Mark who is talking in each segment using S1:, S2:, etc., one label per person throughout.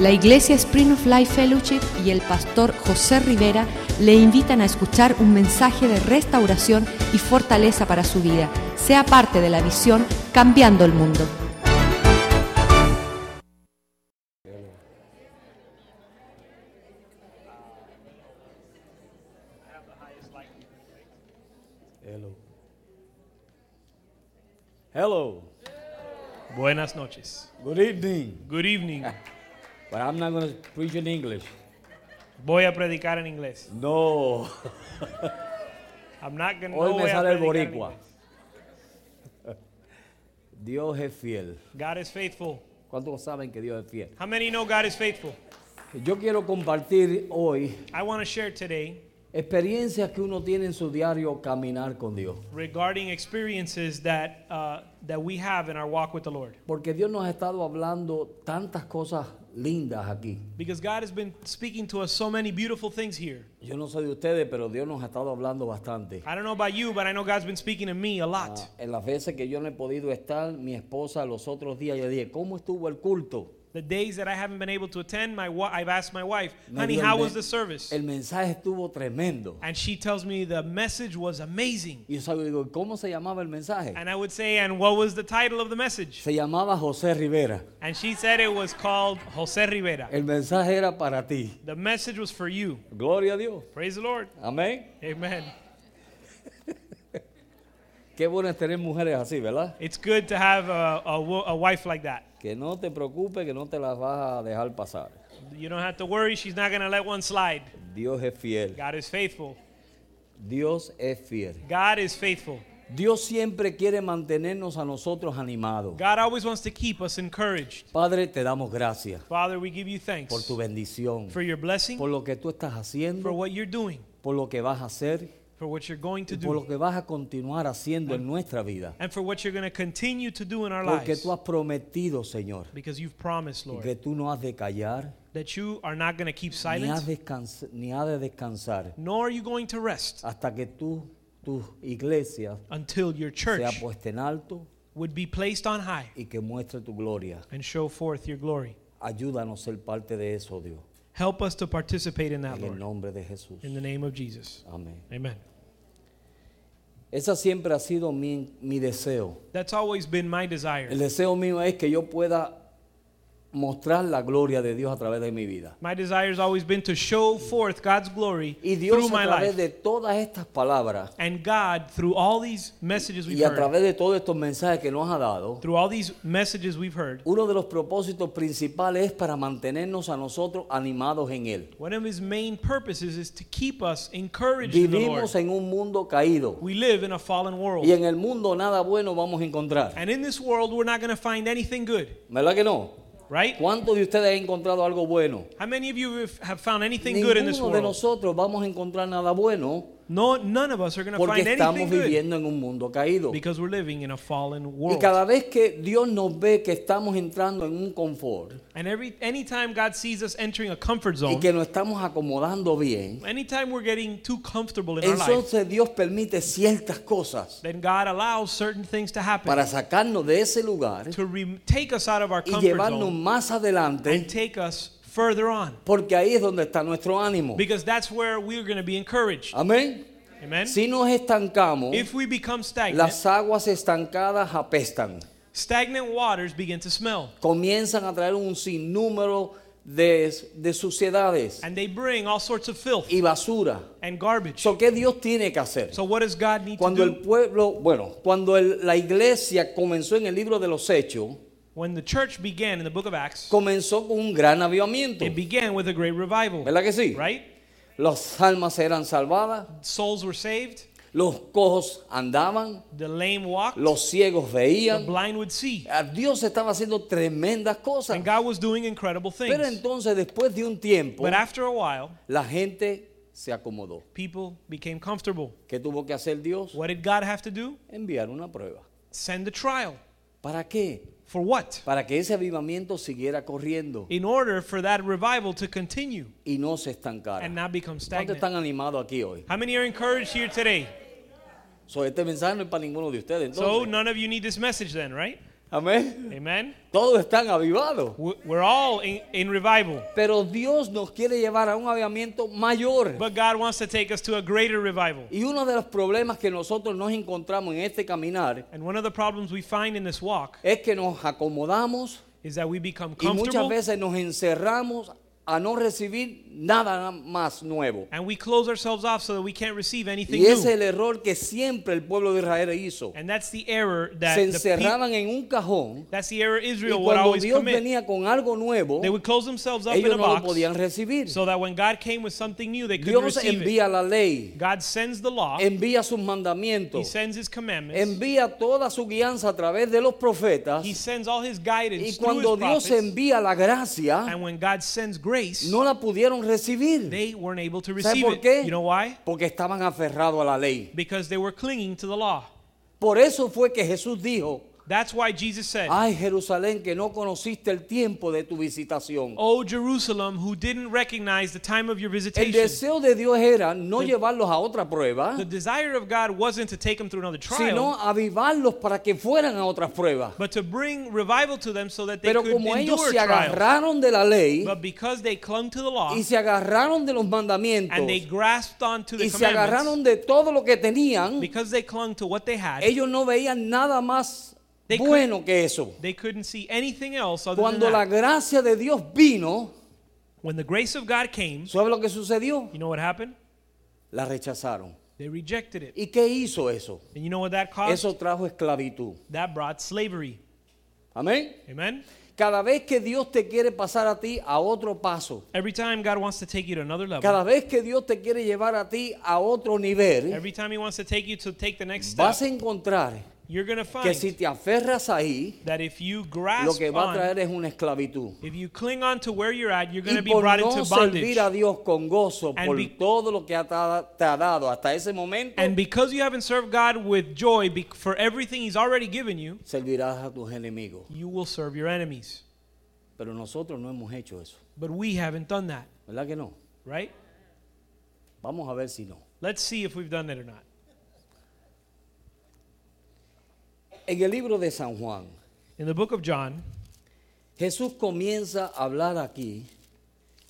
S1: La Iglesia Spring of Life Fellowship y el pastor José Rivera le invitan a escuchar un mensaje de restauración y fortaleza para su vida. Sea parte de la visión Cambiando el Mundo.
S2: Hello. Hello.
S3: Buenas noches.
S2: Good evening.
S3: Good evening.
S2: But I'm not going to preach in English.
S3: Voy a predicar en inglés.
S2: No.
S3: I'm not gonna,
S2: Hoy
S3: no
S2: me
S3: voy a
S2: sale el
S3: predicar en
S2: boricua.
S3: inglés.
S2: Dios es fiel.
S3: God is faithful.
S2: ¿Cuántos saben que Dios es fiel?
S3: How many know God is faithful?
S2: Yo quiero compartir hoy
S3: I want to share today
S2: experiencias que uno tiene en su diario caminar con Dios.
S3: regarding experiences that uh, that we have in our walk with the Lord.
S2: Porque Dios nos ha estado hablando tantas cosas lindas aquí.
S3: Because God has been speaking to us so many beautiful things here.
S2: Yo no sé de ustedes, pero Dios nos ha estado hablando bastante.
S3: I don't know about you, but I know God's been speaking to me a lot.
S2: Ah, en las veces que yo no he podido estar, mi esposa los otros días, yo dije, ¿cómo estuvo el culto?
S3: The days that I haven't been able to attend, my wa- I've asked my wife,
S2: Me
S3: "Honey,
S2: dio el
S3: how
S2: men-
S3: was the service?"
S2: El mensaje estuvo tremendo.
S3: And she tells me the message was amazing.
S2: Y yo salgo y digo, ¿cómo se llamaba el mensaje?
S3: And I would say, "And what was the title of the message?"
S2: Se llamaba José Rivera.
S3: And she said it was called Jose Rivera.
S2: El mensaje era para ti.
S3: The message was for you.
S2: Gloria a Dios.
S3: Praise the Lord.
S2: Amén.
S3: Amen.
S2: Qué bueno es tener mujeres así, ¿verdad?
S3: It's good to have a, a, wo- a wife like that.
S2: Que no te preocupes, que no te las vas a dejar pasar.
S3: You don't have to worry. She's not going to let one slide.
S2: Dios es fiel.
S3: God is faithful.
S2: Dios es fiel.
S3: God is faithful.
S2: Dios siempre quiere mantenernos a nosotros animados.
S3: God always wants to keep us encouraged.
S2: Padre, te damos gracias
S3: Father, we give you
S2: por
S3: thanks
S2: tu bendición,
S3: for your blessing,
S2: por lo que tú estás
S3: for
S2: haciendo,
S3: what you're doing,
S2: por lo que vas a hacer,
S3: for what you're going
S2: y
S3: to
S2: por lo
S3: do,
S2: que vas a continuar haciendo en nuestra vida.
S3: and for what you're going to continue to do in our
S2: Porque
S3: lives.
S2: tú has prometido, Señor,
S3: Because you've promised,
S2: que
S3: Lord,
S2: tú no has de callar,
S3: that you are not going to keep
S2: ni has,
S3: silent,
S2: descans- ni has de descansar,
S3: nor are you going to rest
S2: hasta que tú, tu iglesia
S3: until your
S2: sea
S3: church
S2: puesta en alto
S3: would be placed on high
S2: y que muestre tu gloria.
S3: and show forth your glory.
S2: Ayúdanos a ser parte de eso, Dios.
S3: Help us to participate in that,
S2: En el
S3: Lord.
S2: nombre de Jesús.
S3: In the name of Jesus.
S2: Amén.
S3: Amen.
S2: Esa siempre ha sido mi, mi deseo.
S3: That's always been my desire.
S2: El deseo mío es que yo pueda mostrar la gloria de Dios a través de mi vida.
S3: My desire has always been to show forth God's glory
S2: Y
S3: through
S2: Dios
S3: my
S2: a través
S3: life.
S2: de todas estas palabras
S3: And God, through all these messages we've
S2: y a
S3: heard,
S2: través de todos estos mensajes que nos ha dado,
S3: through all these messages we've heard,
S2: uno de los propósitos principales es para mantenernos a nosotros animados en Él.
S3: one of his main purposes is to keep us encouraged in the Lord.
S2: Vivimos en un mundo caído
S3: We live in a fallen world.
S2: y en el mundo nada bueno vamos a encontrar.
S3: And in this world, we're not going to find anything good,
S2: ¿Verdad que no?
S3: right?
S2: ¿Cuántos de ustedes han encontrado algo bueno?
S3: How many of you have- have found anything good in this
S2: Ninguno de
S3: world?
S2: nosotros vamos a encontrar nada bueno
S3: No, none of us are going to
S2: porque
S3: find anything
S2: estamos
S3: good
S2: viviendo en un mundo caído.
S3: because we're living in a fallen
S2: Y
S3: world.
S2: cada vez que Dios nos ve que estamos entrando en un confort
S3: And every anytime God sees us entering a comfort
S2: y
S3: zone,
S2: que nos estamos acomodando bien,
S3: anytime we're getting too comfortable in our life,
S2: entonces Dios permite ciertas cosas
S3: then God allows certain things to happen
S2: para sacarnos de ese lugar
S3: to re- take us out of our
S2: y
S3: comfort
S2: llevarnos
S3: zone
S2: más adelante
S3: and take us further on
S2: porque ahí es donde está nuestro ánimo.
S3: because that's where we're going to be encouraged.
S2: Amén.
S3: Amen.
S2: Si nos estancamos,
S3: If we become stagnant,
S2: las aguas estancadas apestan.
S3: stagnant waters begin to smell
S2: Comienzan a traer un sinnúmero de, de suciedades
S3: and they bring all sorts of filth
S2: y basura.
S3: and garbage.
S2: So, ¿Qué Dios tiene que hacer?
S3: So what does God need to
S2: Cuando el
S3: do?
S2: pueblo, bueno, cuando el- la iglesia comenzó en el libro de los Hechos,
S3: When the church began in the book of Acts,
S2: comenzó con un gran avivamiento.
S3: it began with a great revival,
S2: ¿Verdad que sí?
S3: right?
S2: Las almas eran salvadas,
S3: Souls were saved,
S2: los cojos andaban,
S3: the lame walked,
S2: los ciegos
S3: the
S2: veían.
S3: blind would see.
S2: A Dios estaba haciendo tremendas cosas.
S3: And God was doing incredible
S2: Pero
S3: things.
S2: entonces, después de un tiempo,
S3: But after a while,
S2: la gente se acomodó.
S3: people became comfortable.
S2: ¿Qué tuvo que hacer Dios?
S3: What did God have to do?
S2: Enviar una prueba.
S3: Send a trial.
S2: ¿Para qué?
S3: For what?
S2: Para que ese avivamiento siguiera corriendo
S3: In order for that revival to continue
S2: y no se estancara.
S3: and not become
S2: ¿Cuántos
S3: stagnant.
S2: están animados aquí hoy?
S3: How many are encouraged here today?
S2: So, este mensaje no es para ninguno de ustedes.
S3: So
S2: Entonces,
S3: none of you need this message then, right?
S2: Amén.
S3: Amen.
S2: Todos están avivados.
S3: We- We're all in, in revival,
S2: Pero Dios nos quiere llevar a un avivamiento mayor.
S3: but God wants to take us to a greater revival.
S2: Y uno de los problemas que nosotros nos encontramos en este caminar
S3: And one of the problems we find in this walk
S2: es que nos acomodamos
S3: is that we become
S2: y muchas
S3: comfortable
S2: veces nos encerramos a no recibir nada más nuevo.
S3: and we close ourselves off so that we can't receive anything
S2: Y es
S3: new.
S2: el error que siempre el pueblo de Israel hizo.
S3: And that's the error that
S2: Se
S3: the peop-
S2: encerraban en un cajón
S3: that's the error
S2: y
S3: Israel would
S2: cuando
S3: always
S2: Dios
S3: commit.
S2: venía con algo nuevo,
S3: They would close themselves up in
S2: ellos
S3: a
S2: no lo
S3: box
S2: podían recibir.
S3: so that when God came with something new, they couldn't
S2: Dios
S3: receive it.
S2: envía la ley,
S3: God sends the law.
S2: envía sus
S3: He
S2: mandamientos,
S3: sends his commandments.
S2: envía toda su guianza a través de los profetas.
S3: He sends all his guidance
S2: Y
S3: through his
S2: cuando Dios
S3: prophets.
S2: envía la gracia,
S3: And when God sends grace,
S2: no la pudieron recibir
S3: they weren't able to
S2: ¿Sabe
S3: receive
S2: por qué?
S3: it. You know why?
S2: porque estaban aferrados a la ley.
S3: Because they were clinging to the law.
S2: Por eso fue que Jesús dijo,
S3: That's why Jesus said,
S2: ay Jerusalén, que no conociste el tiempo de tu visitación.
S3: O Jerusalem, who didn't recognize the time of your
S2: El
S3: visitation.
S2: deseo de Dios era no llevarlos a otra prueba,
S3: The desire of God wasn't to take them through another trial,
S2: sino avivarlos para que fueran a otras pruebas.
S3: but to bring revival to them so that they
S2: Pero
S3: could
S2: como ellos
S3: endure
S2: se
S3: trials.
S2: agarraron de la ley
S3: But because they clung to the law
S2: y se agarraron de los mandamientos
S3: and they grasped onto the
S2: y se
S3: commandments,
S2: agarraron de todo lo que tenían,
S3: because they clung to what they had,
S2: ellos no veían nada más
S3: They could-
S2: bueno que eso.
S3: They couldn't see anything else other
S2: Cuando
S3: than
S2: la
S3: that.
S2: gracia de Dios vino,
S3: When the grace of God came,
S2: ¿sabe lo que sucedió?
S3: you know what happened?
S2: La rechazaron.
S3: They rejected it.
S2: ¿Y qué hizo eso?
S3: And you know what that caused?
S2: Eso trajo esclavitud.
S3: That brought slavery.
S2: Amén.
S3: Amen?
S2: Cada vez que Dios te quiere pasar a ti a otro paso,
S3: Every time God wants to take you to another level,
S2: cada vez que Dios te quiere llevar a ti a otro nivel,
S3: every time He wants to take you to take the next step,
S2: vas a encontrar
S3: you're going to
S2: que
S3: find
S2: si te aferras ahí,
S3: that if you
S2: lo
S3: grasp
S2: que va a
S3: on,
S2: traer es una esclavitud.
S3: if you cling on to where you're at, you're going
S2: Y
S3: to be
S2: por
S3: brought
S2: no
S3: into bondage.
S2: servir a Dios con gozo
S3: And
S2: por
S3: be-
S2: todo lo que ha ta- te ha dado hasta ese momento,
S3: And because you haven't served God with joy be- for everything He's already given you,
S2: servirás a tus enemigos.
S3: you will serve your enemies.
S2: Pero nosotros no hemos hecho eso,
S3: But we haven't done that,
S2: ¿verdad que no?
S3: right?
S2: Vamos a ver si no.
S3: Let's see if we've done it or not.
S2: En el libro de San Juan,
S3: In the book of John,
S2: Jesús comienza a hablar aquí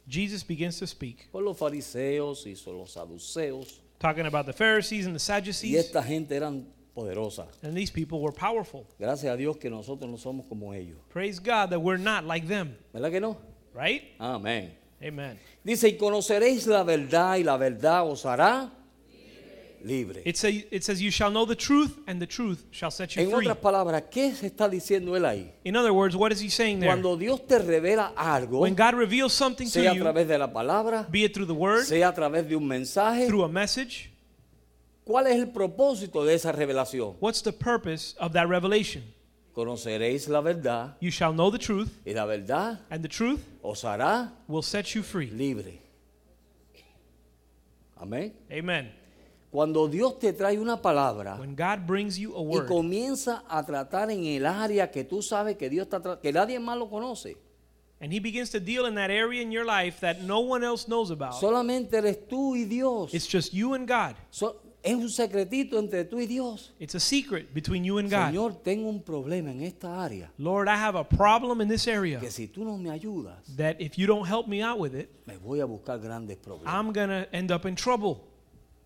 S3: Jesus begins to speak,
S2: con los fariseos y con los saduceos.
S3: talking about the Pharisees and
S2: Y
S3: the Sadducees.
S2: esta gente eran poderosa.
S3: And these people were powerful.
S2: Gracias a Dios que nosotros no somos como ellos.
S3: Praise God that we're not like them,
S2: ¿Verdad que no?
S3: right?
S2: Amén.
S3: Amen.
S2: Dice, y conoceréis la verdad y la verdad os hará libre.
S3: It, say, it says, You shall know the truth, and the truth shall set you
S2: En
S3: free.
S2: otras palabras, ¿qué se está diciendo él ahí?
S3: In other words, what is he saying there?
S2: Cuando Dios te revela algo,
S3: When God reveals something to
S2: sea a
S3: you,
S2: través de la palabra,
S3: be it through the word,
S2: sea a través de un mensaje,
S3: through a message,
S2: ¿cuál es el propósito de esa revelación?
S3: what's the purpose of that revelation?
S2: Conoceréis la verdad
S3: You shall know the truth,
S2: y la verdad
S3: and the truth
S2: os hará
S3: will set you free.
S2: libre. Amén.
S3: Amen.
S2: Cuando Dios te trae una palabra
S3: When God brings you a
S2: y
S3: word,
S2: comienza a tratar en el área que tú sabes que Dios está tra- que nadie más lo conoce,
S3: And he begins to deal in that area in your life that no one else knows about.
S2: solamente eres tú y Dios.
S3: it's just you and God.
S2: So- es un secretito entre tú y Dios.
S3: It's a secret between you and God.
S2: Señor, tengo un problema en esta área
S3: Lord, I have a problem in this area
S2: que si tú no me ayudas,
S3: that if you don't help me out with it,
S2: me voy a buscar grandes problemas.
S3: I'm going to end up in trouble. Ah.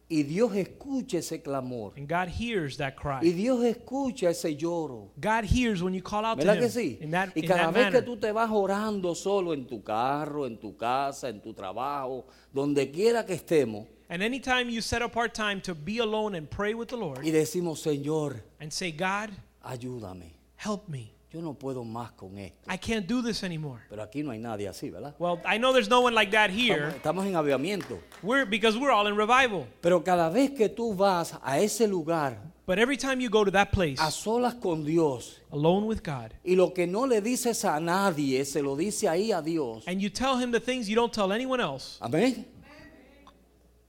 S2: Y Dios escucha ese clamor.
S3: And God hears that cry.
S2: Y Dios escucha ese lloro.
S3: God hears when you call out to
S2: ¿Verdad
S3: him
S2: que sí?
S3: in that,
S2: y
S3: in
S2: cada
S3: that
S2: vez que
S3: manner.
S2: tú te vas orando solo en tu carro, en tu casa, en tu trabajo, donde quiera que estemos,
S3: And anytime you set apart time to be alone and pray with the Lord
S2: y decimos, Señor,
S3: and say, God,
S2: ayúdame,
S3: help me.
S2: yo no puedo más con esto.
S3: I can't do this anymore.
S2: Pero aquí no hay nadie así, ¿verdad?
S3: Well, I know there's no one like that
S2: Estamos,
S3: here.
S2: estamos en avivamiento.
S3: We're, because we're all in revival.
S2: Pero cada vez que tú vas a ese lugar,
S3: But every time you go to that place,
S2: a solas con Dios,
S3: alone with God,
S2: y lo que no le dices a nadie, se lo dice ahí a Dios.
S3: and you tell him the things you don't tell anyone else,
S2: Amén.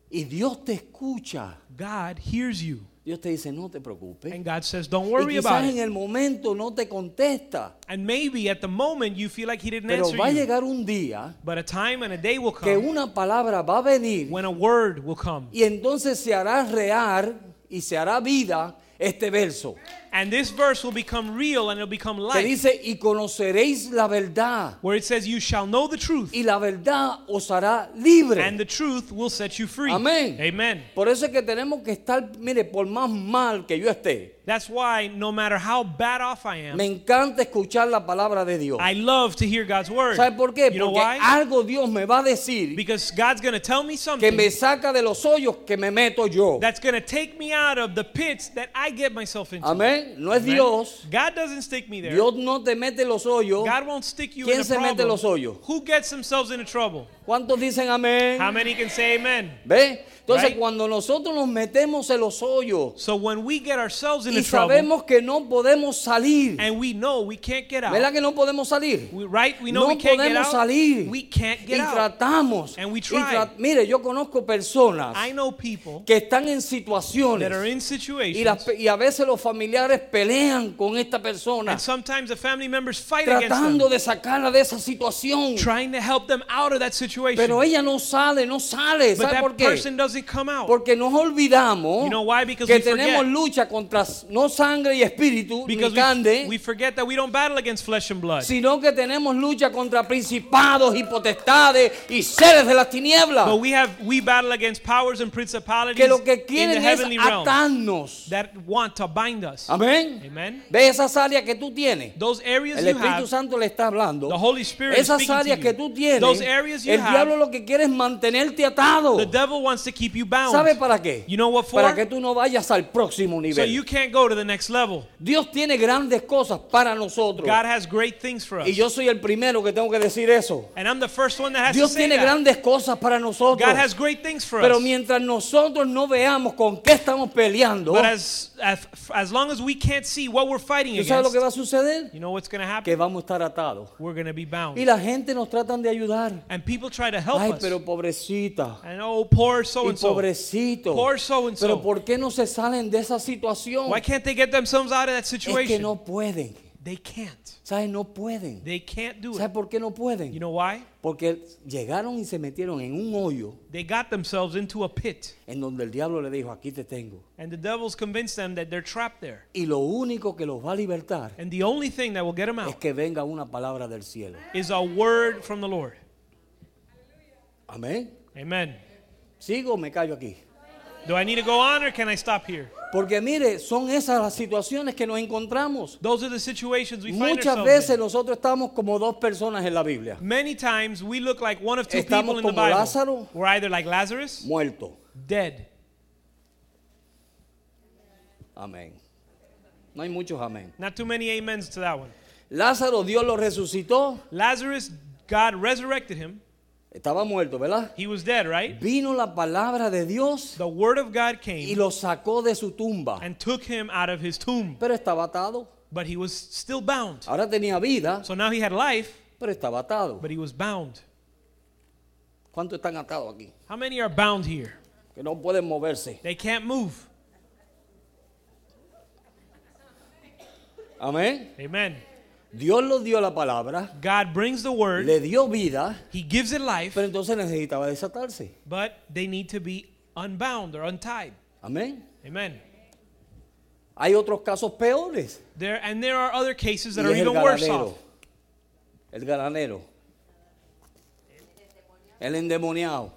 S2: Y Dios te escucha.
S3: God hears you.
S2: Dios te dice, no te preocupes.
S3: And God says, don't
S2: y
S3: worry
S2: quizás
S3: about
S2: en
S3: it.
S2: el momento no te contesta,
S3: And maybe at the moment you feel like he didn't
S2: pero
S3: answer
S2: va a
S3: you.
S2: llegar un día
S3: But a time and a day will
S2: que
S3: come
S2: una palabra va a venir
S3: when a word will come.
S2: y entonces se hará real y se hará vida este verso.
S3: And this verse will become real and it'll become
S2: que
S3: life.
S2: dice, y conoceréis la verdad,
S3: Where it says, You shall know the truth,
S2: y la verdad os hará
S3: and
S2: libre.
S3: the truth will set you free.
S2: Amén.
S3: Amen.
S2: Por eso es que tenemos que estar, mire, por más mal que yo esté,
S3: That's why no matter how bad off I am,
S2: me encanta escuchar la palabra de Dios.
S3: I love to hear God's word.
S2: ¿Sabe por qué?
S3: You know
S2: Porque
S3: why?
S2: algo Dios me va a decir
S3: Because God's going to tell me
S2: que
S3: something
S2: me saca de los hoyos que me meto yo.
S3: that's going to take me out of the pits that I get myself into.
S2: Amén. No es
S3: Amen.
S2: Dios.
S3: God doesn't stick me there.
S2: Dios no te mete los hoyos.
S3: God won't stick you
S2: ¿Quién
S3: in a
S2: se mete
S3: problem.
S2: los hoyos?
S3: Who gets themselves into trouble?
S2: ¿Cuántos dicen amén?
S3: How many can say amen?
S2: ¿Ve? Entonces
S3: Right.
S2: cuando nosotros nos metemos en los hoyos
S3: So when we get ourselves into
S2: y
S3: trouble
S2: sabemos que no podemos salir,
S3: and we know we can't get out,
S2: ¿verdad que no podemos salir?
S3: we, right? We know
S2: no
S3: we can't get
S2: podemos
S3: out.
S2: salir.
S3: We can't
S2: Y
S3: get out.
S2: tratamos.
S3: And we
S2: y
S3: try.
S2: mire, yo conozco personas
S3: I know people
S2: que están en situaciones
S3: that are in
S2: y,
S3: situations
S2: las pe- y a veces los familiares pelean con esta persona
S3: and sometimes the family members fight against them.
S2: tratando de sacarla de esa situación.
S3: trying to help them out of that situation.
S2: Pero ella no sale, no sale.
S3: but
S2: ¿Sabe
S3: that
S2: por
S3: person
S2: qué?
S3: doesn't come out.
S2: Porque nos olvidamos
S3: You know why? Because
S2: que
S3: we forget.
S2: tenemos lucha contra s- no sangre y espíritu, ni
S3: because
S2: carne,
S3: we, we forget that we don't battle against flesh and blood.
S2: sino que tenemos lucha contra principados y potestades y seres de las tinieblas.
S3: But we have we battle against powers and principalities
S2: ah. Que lo que
S3: in the
S2: quieren es
S3: heavenly realm
S2: atarnos.
S3: that want to bind us.
S2: Amén.
S3: Amen.
S2: Ve esas áreas que tú tienes.
S3: Those areas
S2: El
S3: you
S2: Espíritu
S3: have,
S2: Santo le está hablando.
S3: the Holy Spirit is
S2: Esas
S3: speaking
S2: áreas
S3: to
S2: que
S3: you.
S2: tú tienes,
S3: Those areas you
S2: el
S3: have,
S2: diablo lo que quiere es mantenerte atado.
S3: the devil wants to keep you bound.
S2: ¿Sabe para qué?
S3: You know what for?
S2: Para que tú no vayas al próximo
S3: so
S2: nivel.
S3: you can't go to the next level.
S2: Dios tiene grandes cosas para nosotros.
S3: God has great things for us.
S2: Y yo soy el primero que tengo que decir eso.
S3: and I'm the first one that has
S2: Dios
S3: to say
S2: tiene
S3: that.
S2: grandes cosas para nosotros.
S3: God has great things for
S2: Pero
S3: us.
S2: mientras nosotros no veamos con qué estamos peleando,
S3: But as, as as long as we can't see what we're fighting
S2: ¿tú sabes lo
S3: against,
S2: que va a suceder?
S3: you know what's going to
S2: Que
S3: happen?
S2: vamos a estar atados.
S3: We're going to be bound.
S2: Y la gente nos tratan de ayudar.
S3: And people try to help
S2: Ay,
S3: us.
S2: pero pobrecita.
S3: And oh, poor so
S2: Y
S3: and so.
S2: pobrecito.
S3: Poor so and so.
S2: Pero ¿por qué no se salen de esa situación?
S3: Why can't they get themselves out of that
S2: Es que
S3: situation?
S2: no pueden.
S3: They can't.
S2: ¿Sabes? No pueden.
S3: They can't do
S2: ¿Sabes
S3: it.
S2: por qué no pueden?
S3: You know why?
S2: Porque llegaron y se metieron en un hoyo
S3: They got themselves into a pit.
S2: en donde el diablo le dijo, aquí te tengo.
S3: And the devil's convinced them that they're trapped there.
S2: Y lo único que los va a libertar
S3: And the only thing that will get them
S2: es
S3: out
S2: que venga una palabra del cielo.
S3: is a word from the Lord.
S2: Amén.
S3: Amen.
S2: ¿Sigo o me callo aquí?
S3: Do I need to go on or can I stop here?
S2: Porque mire, son esas las situaciones que nos encontramos.
S3: Those are the situations we find
S2: Muchas
S3: ourselves
S2: veces
S3: in.
S2: nosotros estamos como dos personas en la Biblia,
S3: Many times we look like one of two
S2: Estamos
S3: people in the
S2: como
S3: Bible.
S2: Lázaro.
S3: We're either like Lazarus,
S2: muertos.
S3: dead.
S2: Amén. No hay muchos amén.
S3: Not too many amens to that one.
S2: Lázaro, Dios lo resucitó.
S3: Lazarus, God resurrected him.
S2: Estaba muerto, ¿verdad?
S3: He was dead, right?
S2: Vino la palabra de Dios
S3: The word of God
S2: y
S3: came
S2: lo sacó de su tumba.
S3: and took him out of his tomb,
S2: Pero estaba atado.
S3: but he was still bound.
S2: Ahora tenía vida,
S3: So now he had life,
S2: pero estaba atado.
S3: but he was bound.
S2: ¿Cuántos están atados aquí?
S3: How many are bound here?
S2: Que no pueden moverse.
S3: They can't move.
S2: Amén.
S3: Amen.
S2: Dios los dio la palabra,
S3: God brings the word,
S2: le dio vida,
S3: he gives it life,
S2: pero entonces necesitaba desatarse.
S3: but they need to be unbound or untied.
S2: Amén.
S3: Amen.
S2: Hay otros casos peores.
S3: There and there are other cases
S2: Y
S3: that are
S2: es el
S3: even worse
S2: gananero.
S3: off.
S2: El gananero. El endemoniado.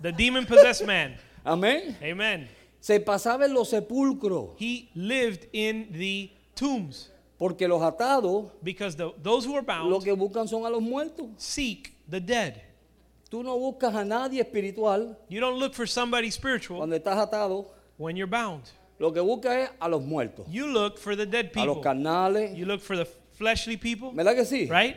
S3: The demon possessed man.
S2: Amén.
S3: Amen.
S2: Se pasaba en los sepulcros
S3: He lived in the tombs
S2: porque los atados
S3: because the, those who are
S2: lo
S3: bound
S2: que buscan son a los muertos.
S3: seek the dead.
S2: Tú no buscas a nadie espiritual
S3: You don't look for somebody spiritual
S2: cuando estás atado.
S3: when you're bound.
S2: Lo que buscas es a los muertos,
S3: You look for the dead
S2: a los
S3: people.
S2: carnales.
S3: You look for the fleshly people,
S2: ¿Verdad que sí?
S3: right?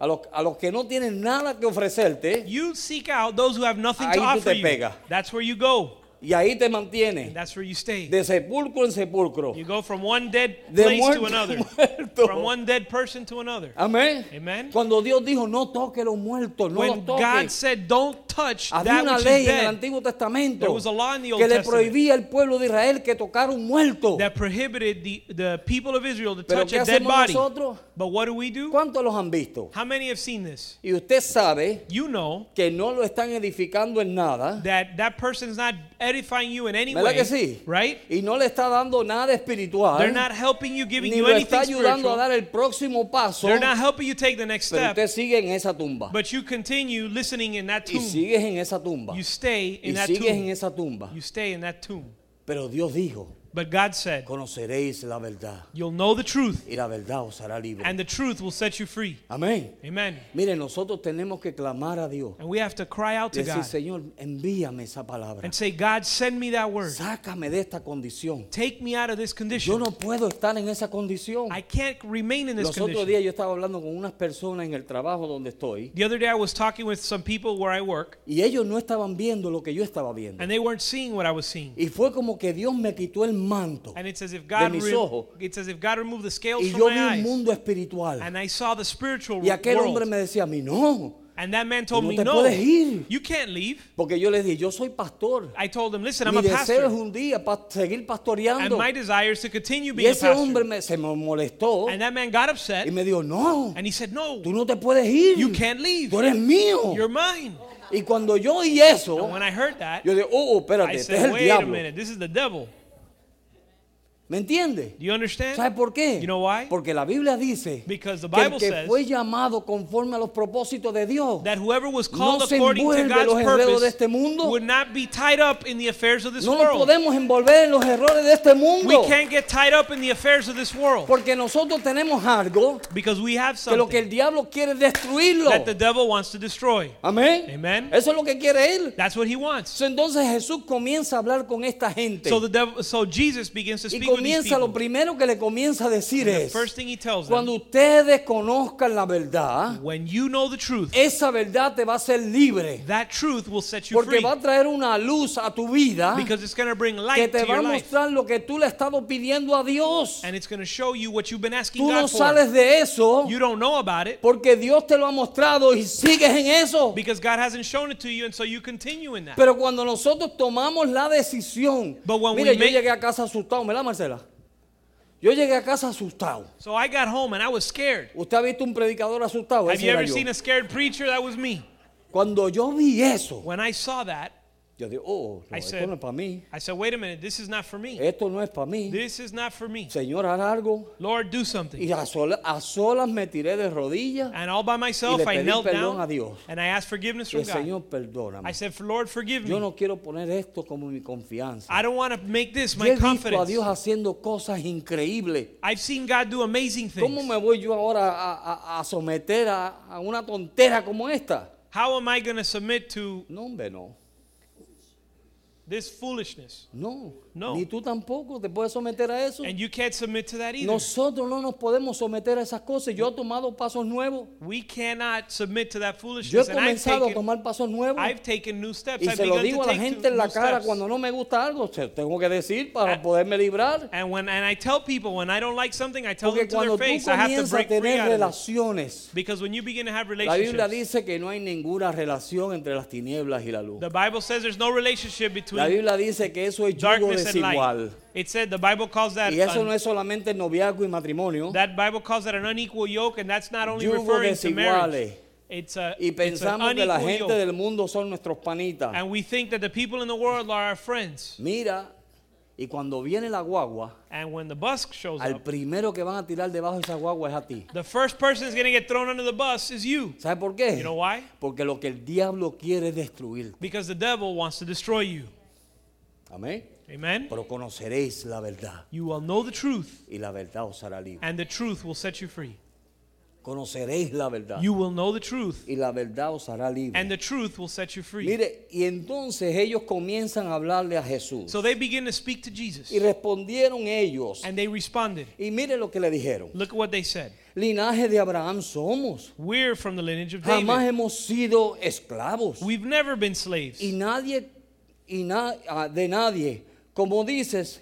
S2: A los, a los que no tienen nada que ofrecerte
S3: You seek out those who have nothing
S2: Ahí
S3: to
S2: tú
S3: offer
S2: te
S3: you.
S2: pegas.
S3: That's where you go.
S2: y ahí te mantienes.
S3: That's where you stay.
S2: De sepulcro en sepulcro.
S3: You go from one dead
S2: De
S3: place to
S2: muerto a
S3: another.
S2: muerto.
S3: From one dead person to another.
S2: Amén.
S3: Amen.
S2: Cuando Dios dijo, no toque los muertos, no
S3: When
S2: los
S3: God
S2: toques.
S3: said, "Don't touch
S2: Había
S3: that
S2: una
S3: which is
S2: ley en el
S3: dead
S2: Antiguo Testamento
S3: There was a law in the Old
S2: que le
S3: Testament.
S2: prohibía al pueblo de Israel que tocara un muerto.
S3: that prohibited the, the people of Israel to
S2: Pero
S3: touch
S2: ¿qué
S3: a dead
S2: hacemos
S3: body.
S2: nosotros?
S3: But what do we do?
S2: ¿Cuántos los han visto?
S3: How many have seen this?
S2: Y usted sabe
S3: You know
S2: que no lo están edificando en nada.
S3: that that person is not edifying you in any
S2: ¿Verdad
S3: way,
S2: que sí?
S3: right?
S2: Y no le está dando nada espiritual.
S3: They're not helping you, giving
S2: Ni
S3: you
S2: lo está
S3: anything
S2: ayudando a
S3: spiritual.
S2: dar el próximo paso.
S3: They're not helping you take the next
S2: Pero
S3: step.
S2: usted sigue en esa tumba.
S3: But you continue listening in that
S2: Y
S3: tomb.
S2: sigues en esa tumba.
S3: You stay
S2: Y
S3: in that
S2: sigues en
S3: tomb.
S2: esa tumba.
S3: You stay in that tomb.
S2: Pero Dios dijo,
S3: But God said,
S2: conoceréis la verdad.
S3: You'll know the truth,
S2: Y la verdad os hará libre.
S3: and the truth will set you free.
S2: Amén.
S3: Amen.
S2: Mire, nosotros tenemos que clamar a Dios.
S3: And we have to cry out to
S2: Decir,
S3: God
S2: Señor, envíame esa palabra.
S3: and say, God, send me that word.
S2: Sácame de esta condición.
S3: Take me out of this
S2: Yo
S3: condition.
S2: no puedo estar en esa condición.
S3: I can't remain in this
S2: Los otros
S3: condition.
S2: días yo estaba hablando con unas personas en el trabajo donde estoy
S3: The other day I was talking with some people where I work,
S2: y ellos no estaban viendo lo que yo estaba viendo.
S3: and they weren't seeing what I was seeing.
S2: Y fue como que Dios me quitó el manto
S3: And it's as if
S2: de
S3: God,
S2: mis
S3: re-
S2: ojos.
S3: it's as if God removed the scales
S2: y
S3: from
S2: yo vi
S3: my
S2: un
S3: eyes,
S2: mundo espiritual.
S3: and I saw the spiritual
S2: Y aquel
S3: world.
S2: hombre me decía a mí, no,
S3: And that man told
S2: No
S3: me,
S2: te
S3: no,
S2: puedes ir."
S3: you can't leave.
S2: porque yo les dije, yo soy pastor.
S3: I told him, listen, I'm
S2: Mi
S3: a
S2: deseo es
S3: pastor,
S2: un día pa- seguir
S3: and
S2: pastoreando.
S3: my desire is to continue
S2: Y
S3: being a
S2: ese hombre
S3: pastor.
S2: me, se me molestó
S3: And that man got
S2: y
S3: upset,
S2: me dijo, no,
S3: and he said, no,
S2: tú no te puedes ir.
S3: you can't leave.
S2: Tú eres mío.
S3: You're mine.
S2: Y cuando yo oí eso,
S3: And when I heard that,
S2: yo dije, oh, oh, espérate,
S3: I
S2: este es
S3: said,
S2: el
S3: wait a
S2: diablo.
S3: minute, this is the devil.
S2: ¿Me entiendes?
S3: Do you understand?
S2: ¿Sabes por qué?
S3: You know why?
S2: Porque la Biblia dice
S3: Because the
S2: que el
S3: Bible
S2: que
S3: says-
S2: fue llamado conforme a los propósitos de Dios
S3: That whoever was
S2: No
S3: called
S2: se
S3: according to
S2: envuelve los
S3: God's
S2: enredos
S3: purpose
S2: de este mundo.
S3: would not be tied up in the affairs of this
S2: no nos
S3: world.
S2: podemos envolver en los errores de este
S3: We
S2: mundo
S3: can't get tied up in the affairs of this world
S2: porque nosotros tenemos algo
S3: because we have
S2: que lo que
S3: something
S2: el diablo quiere es destruirlo.
S3: that the devil wants to destroy.
S2: Amén.
S3: Amen.
S2: Eso es lo que quiere él.
S3: That's what he wants.
S2: Entonces Jesús comienza a hablar con esta gente
S3: So the devil, so Jesus begins to
S2: y
S3: speak with these
S2: comienza lo
S3: people.
S2: primero que le comienza a decir
S3: The
S2: es
S3: first thing he tells
S2: cuando
S3: them,
S2: ustedes conozcan la verdad,
S3: when you know the truth,
S2: esa verdad te va a hacer libre.
S3: that truth will set you
S2: Porque
S3: free
S2: va a traer una luz a tu vida
S3: because it's going to bring
S2: que
S3: light
S2: te
S3: to
S2: va a
S3: your life
S2: mostrar lo que tú le has estado pidiendo a Dios.
S3: and it's going to show you what you've been asking
S2: Tú no
S3: God for.
S2: sales de eso
S3: You don't know about it
S2: porque Dios te lo ha mostrado y sigues en eso.
S3: because God hasn't shown it to you and so you continue in that.
S2: Pero cuando nosotros tomamos la decisión,
S3: But when
S2: mire,
S3: we
S2: yo
S3: make-
S2: llegué a casa asustado, ¿verdad, Marcela? Yo llegué a casa asustado.
S3: So I got home and I was scared.
S2: ¿Usted ha visto un predicador asustado?
S3: Have
S2: Ese
S3: you
S2: era
S3: ever
S2: yo.
S3: seen a scared preacher? That was me.
S2: Cuando yo vi eso,
S3: When I saw that,
S2: yo digo, oh, no,
S3: I
S2: esto
S3: said-
S2: no es para mí.
S3: I said, wait a minute, this is not for me.
S2: Esto no es para mí.
S3: This is not for me.
S2: Señor, haz algo.
S3: Lord, do
S2: Y
S3: something.
S2: a, sola- a solas me tiré de rodillas.
S3: And all by
S2: Y
S3: myself,
S2: le
S3: I
S2: pedí
S3: knelt
S2: perdón a
S3: down
S2: Dios.
S3: and I asked forgiveness
S2: Y
S3: from
S2: el
S3: God.
S2: Señor, perdóname.
S3: I said, Lord, forgive
S2: Yo
S3: me.
S2: no quiero poner esto como mi confianza.
S3: I don't want to make this
S2: Yo he
S3: my
S2: visto a Dios
S3: confidence.
S2: haciendo cosas increíbles.
S3: I've seen God do amazing
S2: ¿Cómo
S3: things.
S2: me voy yo ahora a, a- a someter a, a una tontera como esta?
S3: How am I going to submit to
S2: No, hombre, no.
S3: this foolishness?
S2: No.
S3: No.
S2: Ni tú tampoco te puedes someter a eso.
S3: And you can't submit to that either.
S2: Nosotros no nos podemos someter a esas cosas. Yo he tomado pasos nuevos.
S3: We cannot submit to that
S2: Yo he
S3: foolishness. And I've
S2: comenzado a
S3: taken,
S2: tomar pasos nuevos.
S3: I've taken new steps.
S2: Y
S3: I've
S2: se lo
S3: begun
S2: digo
S3: to
S2: a la
S3: take
S2: gente en la
S3: new
S2: cara
S3: steps.
S2: cuando no me gusta algo. Se lo tengo que decir para
S3: Ah.
S2: poderme librar.
S3: And when and I tell people when I don't like something, I tell
S2: Porque
S3: them to
S2: cuando
S3: their
S2: tú
S3: face. I have to
S2: comienzas a
S3: break free
S2: tener
S3: out of this.
S2: relaciones,
S3: Because when you begin to have
S2: la Biblia
S3: relationships,
S2: dice que no hay ninguna relación entre las tinieblas y la luz.
S3: the Bible says there's no relationship
S2: La
S3: between
S2: Biblia dice que eso es yugo
S3: darkness and light.
S2: desigual.
S3: It said the Bible calls that
S2: Y eso
S3: an-
S2: no es solamente noviazgo y matrimonio.
S3: that Bible calls that an unequal yoke, and that's not only
S2: Yugo
S3: referring to marriage.
S2: desiguales.
S3: It's a
S2: Y
S3: it's an
S2: pensamos que la
S3: unequal
S2: gente
S3: yoke,
S2: del mundo son nuestros panitas.
S3: and we think that the people in the world are our friends.
S2: Mira, y cuando viene la guagua,
S3: And when the bus shows
S2: al
S3: up,
S2: primero que van a tirar debajo de esa guagua es a ti.
S3: the first person that's gonna get thrown under the bus is you.
S2: ¿Sabes por
S3: You
S2: qué?
S3: know why?
S2: Porque lo que el diablo quiere es destruir.
S3: Because the devil wants to destroy you.
S2: Amén.
S3: Amen.
S2: Pero conoceréis la verdad
S3: You will know the truth,
S2: y la verdad os hará libre.
S3: and the truth will set you free.
S2: Conoceréis la verdad
S3: You will know the truth,
S2: y la verdad os hará
S3: and
S2: libre.
S3: the truth will set you free.
S2: Mire, y entonces ellos comienzan a hablarle a Jesús.
S3: So they begin to speak to Jesus,
S2: Y respondieron ellos.
S3: and they responded.
S2: Y mire lo que le dijeron.
S3: Look at what they said.
S2: Linaje de Abraham somos.
S3: We're from the lineage of
S2: Jamás
S3: David.
S2: hemos sido esclavos.
S3: We've never been slaves,
S2: Y nadie, y na- ah, de nadie, como dices,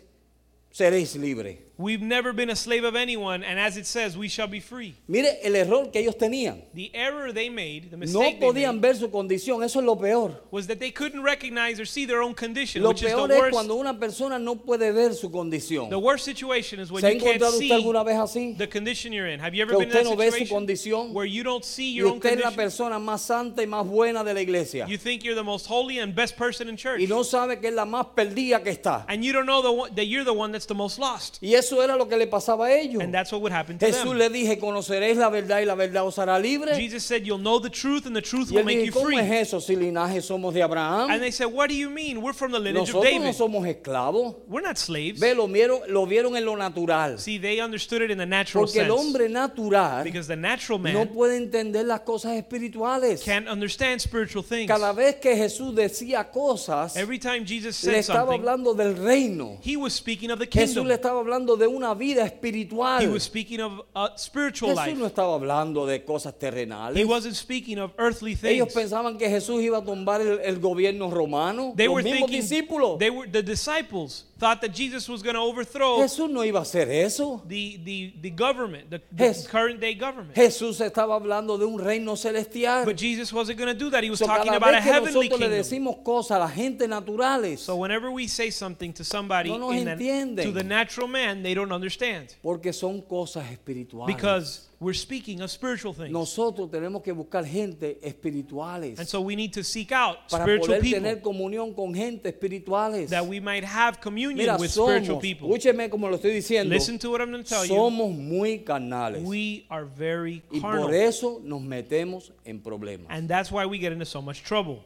S2: seréis libre.
S3: We've never been a slave of anyone, and as it says, we shall be free.
S2: Mire el error que ellos tenían.
S3: The error they made, the
S2: No
S3: mistake they
S2: podían
S3: made,
S2: ver su condición, eso es lo peor.
S3: was that they couldn't recognize or see their own condition,
S2: Lo
S3: which is the
S2: peor es
S3: worst.
S2: cuando una persona no puede ver su condición.
S3: The worst situation is when
S2: ¿Se ha
S3: you can't
S2: encontrado
S3: see
S2: usted alguna vez así?
S3: the condition you're in. Have you
S2: Que
S3: ever been in
S2: usted
S3: that
S2: no ve su
S3: situation
S2: condición
S3: where you don't see
S2: Y
S3: your own
S2: usted es la
S3: condition?
S2: persona más santa y más buena de la iglesia.
S3: You think you're the most holy and best person in church,
S2: Y no sabe que es la más perdida que está.
S3: and you don't know the one, that you're the one that's the most lost.
S2: Y eso era lo que le pasaba a ellos.
S3: And that's what would happen to
S2: Jesús
S3: them.
S2: le dije, conoceréis la verdad y la verdad os hará libre.
S3: Jesus said, "You'll know the truth, and the truth
S2: Y
S3: will
S2: él
S3: make you
S2: dijo, ¿cómo
S3: free."
S2: es eso si linaje somos de
S3: And
S2: Abraham?
S3: they said, "What do you mean? We're from the lineage of
S2: Nosotros no
S3: David.
S2: somos esclavos.
S3: We're not slaves."
S2: Ve, lo vieron, lo vieron en lo natural.
S3: See, they understood it in the natural
S2: Porque el
S3: sense
S2: hombre natural
S3: because the natural
S2: no
S3: man
S2: puede entender las cosas espirituales.
S3: can't understand spiritual things.
S2: Cada vez que Jesús decía cosas,
S3: Every time Jesus
S2: le
S3: said
S2: estaba
S3: something,
S2: hablando del reino.
S3: he was speaking of the
S2: Jesús
S3: kingdom.
S2: le estaba hablando de una vida
S3: He
S2: espiritual.
S3: was speaking of uh, spiritual
S2: Jesús
S3: life.
S2: no estaba hablando de cosas terrenales.
S3: He wasn't speaking of earthly
S2: Ellos
S3: things.
S2: pensaban que Jesús iba a tumbar el, el gobierno romano.
S3: They
S2: Los
S3: were
S2: mismos
S3: thinking.
S2: discípulos.
S3: They were the disciples thought that Jesus was going to overthrow
S2: Jesús no iba a hacer eso.
S3: the the the government, the,
S2: Jes-
S3: the current day government.
S2: Jesús estaba hablando de un reino celestial.
S3: But Jesus wasn't going to do that. He was
S2: So,
S3: talking
S2: cada
S3: about a
S2: vez que
S3: heavenly
S2: nosotros le
S3: kingdom.
S2: decimos cosas a la gente naturales,
S3: So whenever we say something to somebody
S2: No nos
S3: in the-
S2: entienden.
S3: to the natural man, they don't understand
S2: porque son cosas espirituales.
S3: because we're speaking of spiritual things.
S2: Nosotros tenemos que buscar gente espirituales
S3: And so we need to seek out
S2: para
S3: spiritual
S2: poder
S3: people
S2: tener comunión con gente espirituales.
S3: that we might have
S2: Mira,
S3: communion with spiritual
S2: somos,
S3: people.
S2: escúcheme como lo estoy diciendo,
S3: Listen to what I'm going to tell you.
S2: somos muy carnales
S3: We are very
S2: y
S3: carnal.
S2: por eso nos metemos en problemas.
S3: And that's why we get into so much trouble.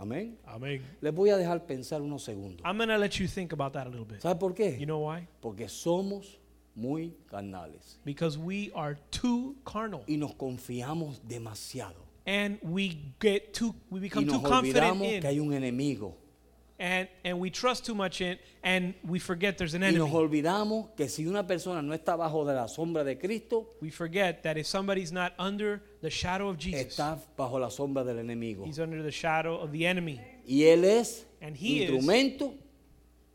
S2: Amén.
S3: Amen.
S2: Les voy a dejar pensar unos segundos.
S3: I'm going to let you think about that a little bit.
S2: ¿Sabe por
S3: You
S2: qué?
S3: know why?
S2: Porque somos muy carnales
S3: Because we are too carnal
S2: y nos confiamos demasiado.
S3: and we get too we
S2: y
S3: become too
S2: nos
S3: confident
S2: olvidamos que
S3: in
S2: hay un enemigo.
S3: and and we trust too much in and we forget there's an
S2: Y nos
S3: enemy.
S2: olvidamos que si una persona no está bajo de la sombra de Cristo,
S3: We forget that if somebody's not under the shadow of Jesus,
S2: está bajo la sombra del enemigo.
S3: he's under the shadow of the enemy
S2: Y él es
S3: And he is-
S2: instrumento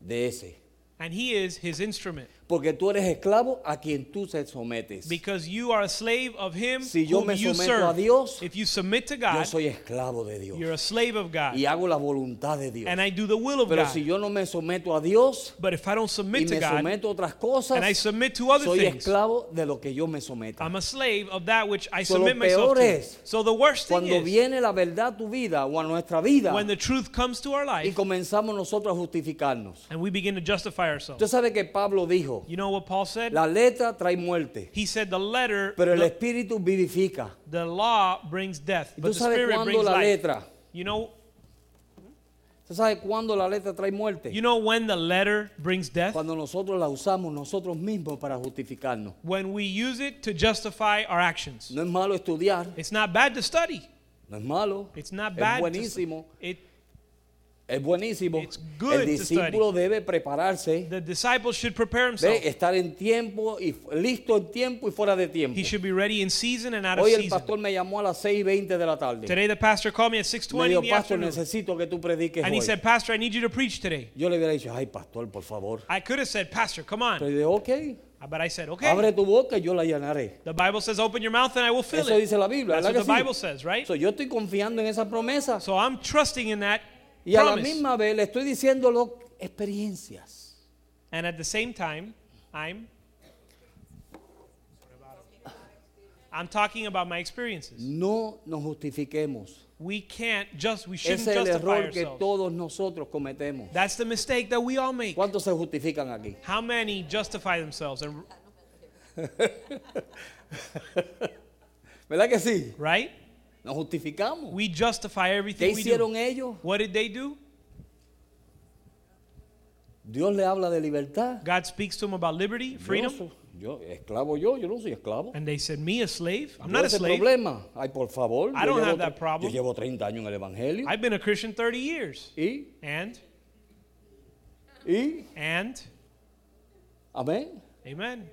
S2: de ese.
S3: and he is his instrument
S2: Porque tú eres esclavo a quien tú se sometes.
S3: because you are a slave of him
S2: Si yo
S3: whom
S2: me
S3: you
S2: someto a
S3: serve.
S2: Dios,
S3: if you submit to
S2: Yo
S3: God,
S2: soy esclavo de Dios
S3: you're a slave of God
S2: y hago la voluntad de Dios.
S3: and I do the will of
S2: Pero
S3: God.
S2: si yo no me someto a Dios
S3: But if I don't
S2: y
S3: submit to
S2: me
S3: God
S2: someto a otras cosas,
S3: and I submit to other
S2: soy
S3: things,
S2: esclavo de lo que yo me someta.
S3: I'm a slave of that which I
S2: So lo
S3: submit myself
S2: peor
S3: to.
S2: es
S3: So the worst thing
S2: Cuando
S3: is
S2: viene la verdad a tu vida o a nuestra vida,
S3: when the truth comes to our
S2: y
S3: life
S2: comenzamos nosotros a justificarnos.
S3: and we begin to justify ourselves.
S2: Usted sabe que Pablo dijo,
S3: You know what Paul said?
S2: la letra trae muerte,
S3: He said the letter,
S2: pero el
S3: the,
S2: espíritu vivifica.
S3: the law brings death,
S2: ¿Y
S3: but
S2: tú
S3: the
S2: sabes
S3: spirit
S2: cuándo
S3: brings
S2: la
S3: life.
S2: letra?
S3: You know,
S2: ¿Usted sabe cuándo la letra trae
S3: you
S2: muerte?
S3: know when the letter brings death?
S2: Cuando nosotros la usamos nosotros mismos para justificarnos.
S3: When we use it to justify our actions.
S2: No es malo estudiar,
S3: It's not bad to study.
S2: no es malo,
S3: It's not
S2: es
S3: bad.
S2: buenísimo,
S3: To, it,
S2: es buenísimo.
S3: It's
S2: El
S3: good to
S2: discípulo debe prepararse,
S3: the disciple should prepare himself.
S2: de estar en tiempo, y f- listo en tiempo y fuera de tiempo.
S3: He should be ready in season and out of
S2: Hoy el
S3: season.
S2: pastor me llamó a las 6 y 20 de la tarde.
S3: Today the pastor called me at
S2: Me
S3: 6:20
S2: dijo,
S3: in the
S2: pastor,
S3: afternoon,
S2: necesito que tú prediques
S3: and he
S2: hoy.
S3: said, "Pastor, I need you to preach today."
S2: Yo le hubiera dicho, ay, pastor, por favor.
S3: I could have said, "Pastor, come
S2: Pero
S3: on," Ah,
S2: yo, ok,
S3: but I said, "Okay."
S2: abre tu boca y yo la llenaré.
S3: The Bible says, "Open your mouth and I will fill
S2: Eso
S3: it."
S2: dice la Biblia,
S3: That's
S2: ¿verdad
S3: what
S2: que
S3: the Bible
S2: sí?
S3: says, right?
S2: So, yo estoy confiando en esa promesa
S3: So I'm trusting in that
S2: y a la
S3: promise,
S2: misma vez le estoy diciéndolo experiencias.
S3: and at the same time, I'm I'm talking about my experiences.
S2: No nos justifiquemos.
S3: We can't just we shouldn't
S2: Ese es el
S3: justify
S2: error que
S3: ourselves.
S2: todos nosotros cometemos.
S3: That's the mistake that we all make.
S2: ¿Cuántos se justifican aquí?
S3: How many justify themselves and
S2: ¿Verdad que sí?
S3: right?
S2: Nos justificamos.
S3: We justify
S2: ¿Qué
S3: everything we do.
S2: hicieron ellos?
S3: What did they do?
S2: Dios le habla de libertad.
S3: God speaks to them about liberty,
S2: Yo,
S3: freedom,
S2: soy- yo, esclavo yo, yo no soy esclavo.
S3: and they said, "Me a slave? I'm
S2: No
S3: not a
S2: ese
S3: slave.
S2: problema. Ay, por favor.
S3: I
S2: yo,
S3: don't
S2: llevo
S3: have
S2: tre-
S3: that problem.
S2: yo llevo 30 años en el Evangelio.
S3: I've been a Christian 30 years."
S2: Y,
S3: And
S2: y,
S3: and
S2: amén.
S3: amen.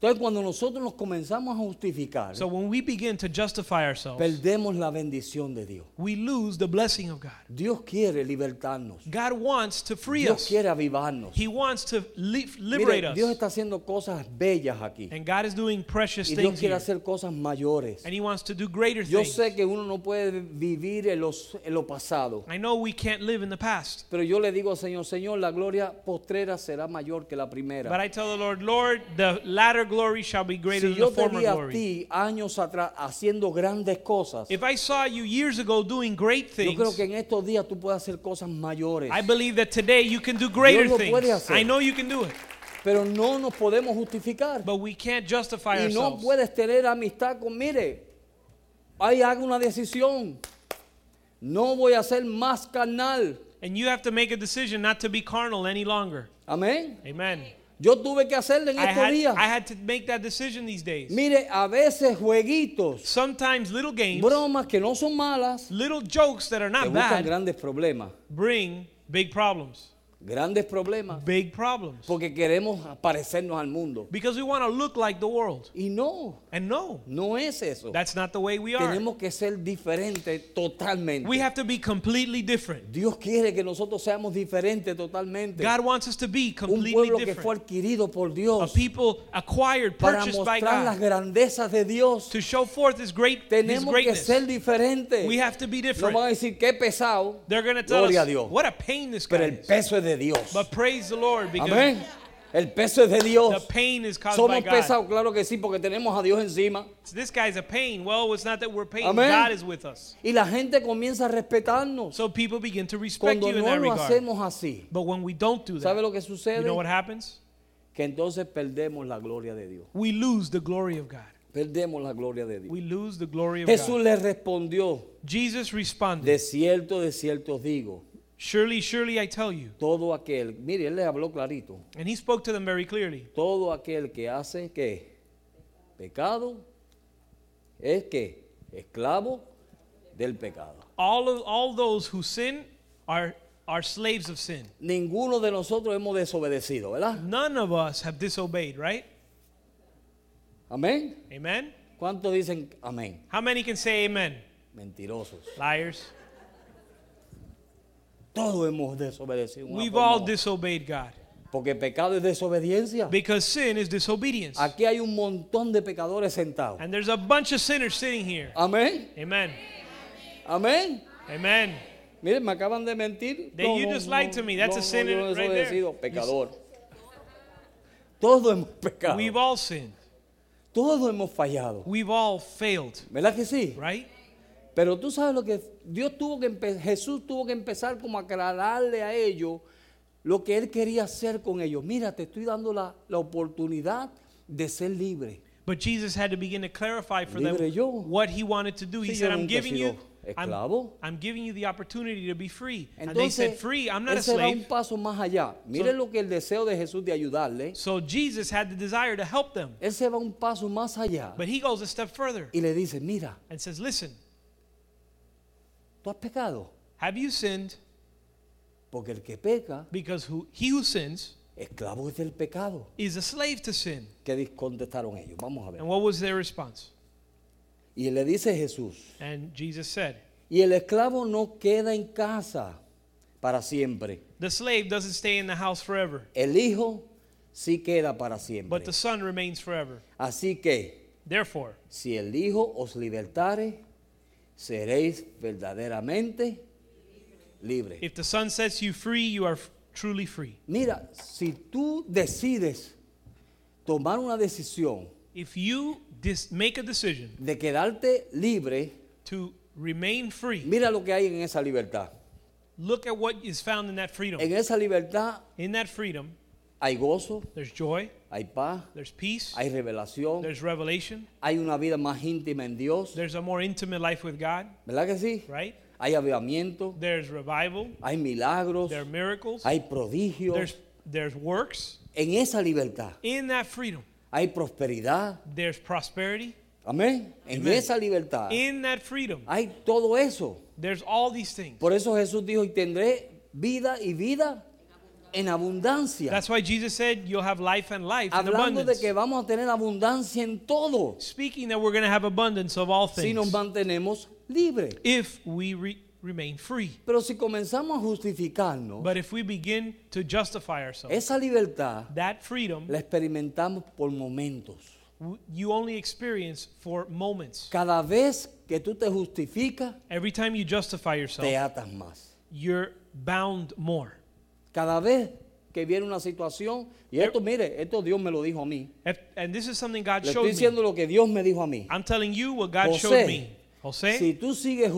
S2: Entonces cuando nosotros nos comenzamos a justificar,
S3: So when we begin to justify ourselves,
S2: perdemos la bendición de Dios.
S3: we lose the blessing of God.
S2: Dios quiere libertarnos.
S3: God wants to free
S2: Dios
S3: us.
S2: quiere avivarnos.
S3: He wants to li-
S2: Mire,
S3: liberate
S2: Dios
S3: us.
S2: está haciendo cosas bellas aquí.
S3: And God is doing precious
S2: Y Dios
S3: things
S2: quiere
S3: here.
S2: hacer cosas mayores.
S3: And he wants to do greater
S2: Yo
S3: things.
S2: sé que uno no puede vivir en, los- en lo pasado.
S3: I know we can't live in the past.
S2: Pero yo le digo al Señor, Señor, la gloria postrera será mayor que la
S3: But
S2: primera.
S3: I tell the Lord, Lord, the latter glory shall be
S2: Si
S3: greater than
S2: yo
S3: the
S2: te
S3: former
S2: vi a
S3: glory.
S2: ti años atrás haciendo grandes cosas,
S3: If I saw you years ago doing great
S2: yo creo
S3: things,
S2: que en estos días tú puedes hacer cosas mayores.
S3: I believe that today you can do greater
S2: Dios lo puede
S3: things.
S2: hacer.
S3: I know you can do it.
S2: Pero no nos podemos justificar.
S3: But we can't justify
S2: Y no
S3: ourselves.
S2: puedes tener amistad con, mire, ahí haga una decisión. No voy a ser más carnal.
S3: And you have to make a decision not to be carnal any longer.
S2: Amén.
S3: Amen.
S2: Yo tuve que hacerlo en
S3: I
S2: estos
S3: had,
S2: días.
S3: I had to make that decision these days.
S2: Mire, a veces jueguitos,
S3: Sometimes little games,
S2: bromas que no son malas,
S3: little jokes that are
S2: te
S3: not
S2: buscan
S3: bad
S2: grandes problemas.
S3: bring big problems.
S2: Grandes problemas.
S3: Big problems.
S2: Porque queremos parecernos al mundo.
S3: Because we want to look like the world.
S2: Y no,
S3: And no,
S2: no es eso.
S3: that's not the way we are.
S2: Tenemos que ser diferentes totalmente.
S3: We have to be completely different.
S2: Dios quiere que nosotros seamos diferentes totalmente.
S3: God wants us to be
S2: un
S3: completely
S2: pueblo que fue
S3: different.
S2: adquirido por
S3: A
S2: Dios
S3: people acquired,
S2: para
S3: purchased by
S2: mostrar las
S3: God
S2: grandezas de Dios.
S3: to show forth His great His
S2: Tenemos que
S3: greatness.
S2: ser diferentes.
S3: We have to be
S2: No van a decir
S3: different.
S2: qué pesado.
S3: They're going to tell
S2: Gloria a
S3: us
S2: Dios.
S3: what a pain this guy
S2: Pero el
S3: is.
S2: peso es de Dios.
S3: But praise the Lord because
S2: Amén. El peso es de
S3: the
S2: Dios.
S3: pain is caused by
S2: Somos
S3: God.
S2: pesados, claro que sí, porque tenemos a Dios encima.
S3: So this guy's a pain. Well, it's not that we're pain.
S2: Amén.
S3: God is with us.
S2: Y la gente comienza a respetarnos.
S3: So people begin to respect
S2: Cuando
S3: you in
S2: no
S3: that
S2: lo
S3: regard.
S2: hacemos así,
S3: But when we don't do
S2: ¿sabe
S3: that,
S2: lo que
S3: you
S2: sucede?
S3: know what happens?
S2: Que entonces perdemos la gloria de Dios.
S3: We lose the glory of God.
S2: Perdemos la gloria de Dios.
S3: We lose the glory of
S2: Jesús
S3: God.
S2: le respondió,
S3: Jesus responded,
S2: de cierto, de cierto os digo,
S3: Surely, surely I tell you.
S2: todo aquel, mire, él les habló clarito,
S3: And he spoke to them very clearly.
S2: todo aquel que hace que pecado es que esclavo del pecado.
S3: All of all those who sin are are slaves of sin.
S2: Ninguno de nosotros hemos desobedecido, ¿verdad?
S3: None of us have disobeyed, right?
S2: Amén.
S3: Amen.
S2: ¿Cuántos dicen amén?
S3: How many can say amen?
S2: Mentirosos.
S3: Liars.
S2: Todos hemos desobedecido. una
S3: We've
S2: forma
S3: all
S2: u
S3: disobeyed God.
S2: otra. Porque pecado es desobediencia.
S3: Because sin is disobedience.
S2: Aquí hay un montón de pecadores sentados.
S3: And there's a bunch of sinners sitting here.
S2: Amén.
S3: Amen.
S2: Amén.
S3: Amen.
S2: Miren, me acaban de mentir.
S3: They- you just lied to me. That's a sin
S2: yo no he
S3: right there.
S2: desobedecido. Pecador. Todos hemos pecado.
S3: We've all sinned.
S2: Todos hemos fallado.
S3: We've all failed,
S2: ¿Verdad que sí?
S3: right?
S2: Pero tú sabes lo que Dios tuvo que empe- Jesús tuvo que empezar como a aclararle a ellos lo que él quería hacer con ellos. Mira, te estoy dando la, la oportunidad de ser libre.
S3: But Jesus had to begin to clarify for
S2: Libre
S3: them
S2: yo.
S3: what he wanted to do. He
S2: Sí,
S3: said,
S2: yo
S3: I'm
S2: nunca he
S3: giving
S2: sido
S3: you I'm,
S2: esclavo."
S3: I'm giving you the opportunity to be free. And they
S2: Entonces,
S3: said, free, I'm not a
S2: ese va un
S3: slave.
S2: paso más allá. Miren lo que el deseo de Jesús de ayudarle.
S3: So Jesus had the desire to help them.
S2: Él se va un paso más allá
S3: But he goes a step further
S2: y le dice, mira,
S3: and says, Listen,
S2: tú has pecado.
S3: have you sinned?
S2: Porque el que peca,
S3: Because who, he who sins
S2: esclavo es del pecado.
S3: is a slave to sin.
S2: ¿Qué dis- contestaron ellos? Vamos a ver.
S3: And what was their response?
S2: Y le dice Jesús,
S3: And Jesus said,
S2: y el esclavo no queda en casa para siempre.
S3: The slave doesn't stay in the house forever,
S2: El hijo sí queda para siempre.
S3: but the son remains forever.
S2: Así que,
S3: Therefore,
S2: si el hijo os libertare, seréis verdaderamente libres.
S3: if the son sets you free, you are f- truly free.
S2: Mira, si tú decides tomar una decisión
S3: If you dis- make a decision
S2: de quedarte libre,
S3: to remain free,
S2: mira lo que hay en esa libertad.
S3: look at what is found in that
S2: En
S3: freedom.
S2: esa libertad
S3: In that freedom,
S2: hay gozo,
S3: there's joy,
S2: hay paz,
S3: there's peace,
S2: hay revelación,
S3: there's revelation,
S2: hay una vida más íntima en Dios,
S3: there's a more intimate life with God,
S2: ¿verdad que sí?
S3: right?
S2: Hay avivamiento,
S3: There's revival,
S2: hay milagros,
S3: there are miracles,
S2: hay prodigios.
S3: there's, there's works.
S2: En esa libertad
S3: In that freedom,
S2: hay prosperidad,
S3: there's prosperity.
S2: amén. En
S3: Amen.
S2: esa libertad
S3: In that freedom,
S2: hay todo eso.
S3: there's all these things.
S2: Por eso Jesús dijo, y tendré vida y vida en abundancia. en abundancia.
S3: That's why Jesus said you'll have life and life in
S2: Hablando de
S3: abundance.
S2: que vamos a tener abundancia en todo
S3: Speaking that we're going to have abundance of all
S2: si nos
S3: things
S2: mantenemos libres.
S3: if we re- remain free.
S2: Pero si comenzamos a justificarnos,
S3: But if we begin to justify ourselves,
S2: esa libertad
S3: that freedom
S2: la experimentamos por momentos.
S3: w- you only experience for moments.
S2: Cada vez que tú te justificas,
S3: Every time you justify
S2: te
S3: yourself,
S2: atas más.
S3: you're bound more.
S2: Cada vez que viene una situación, y esto, mire, esto Dios me lo dijo a mí.
S3: If- And this is something God
S2: Le estoy
S3: showed me. Ah,
S2: diciendo lo que Dios me dijo a mí.
S3: I'm telling you what God
S2: José,
S3: showed me.
S2: Si
S3: Jose,
S2: tú sigues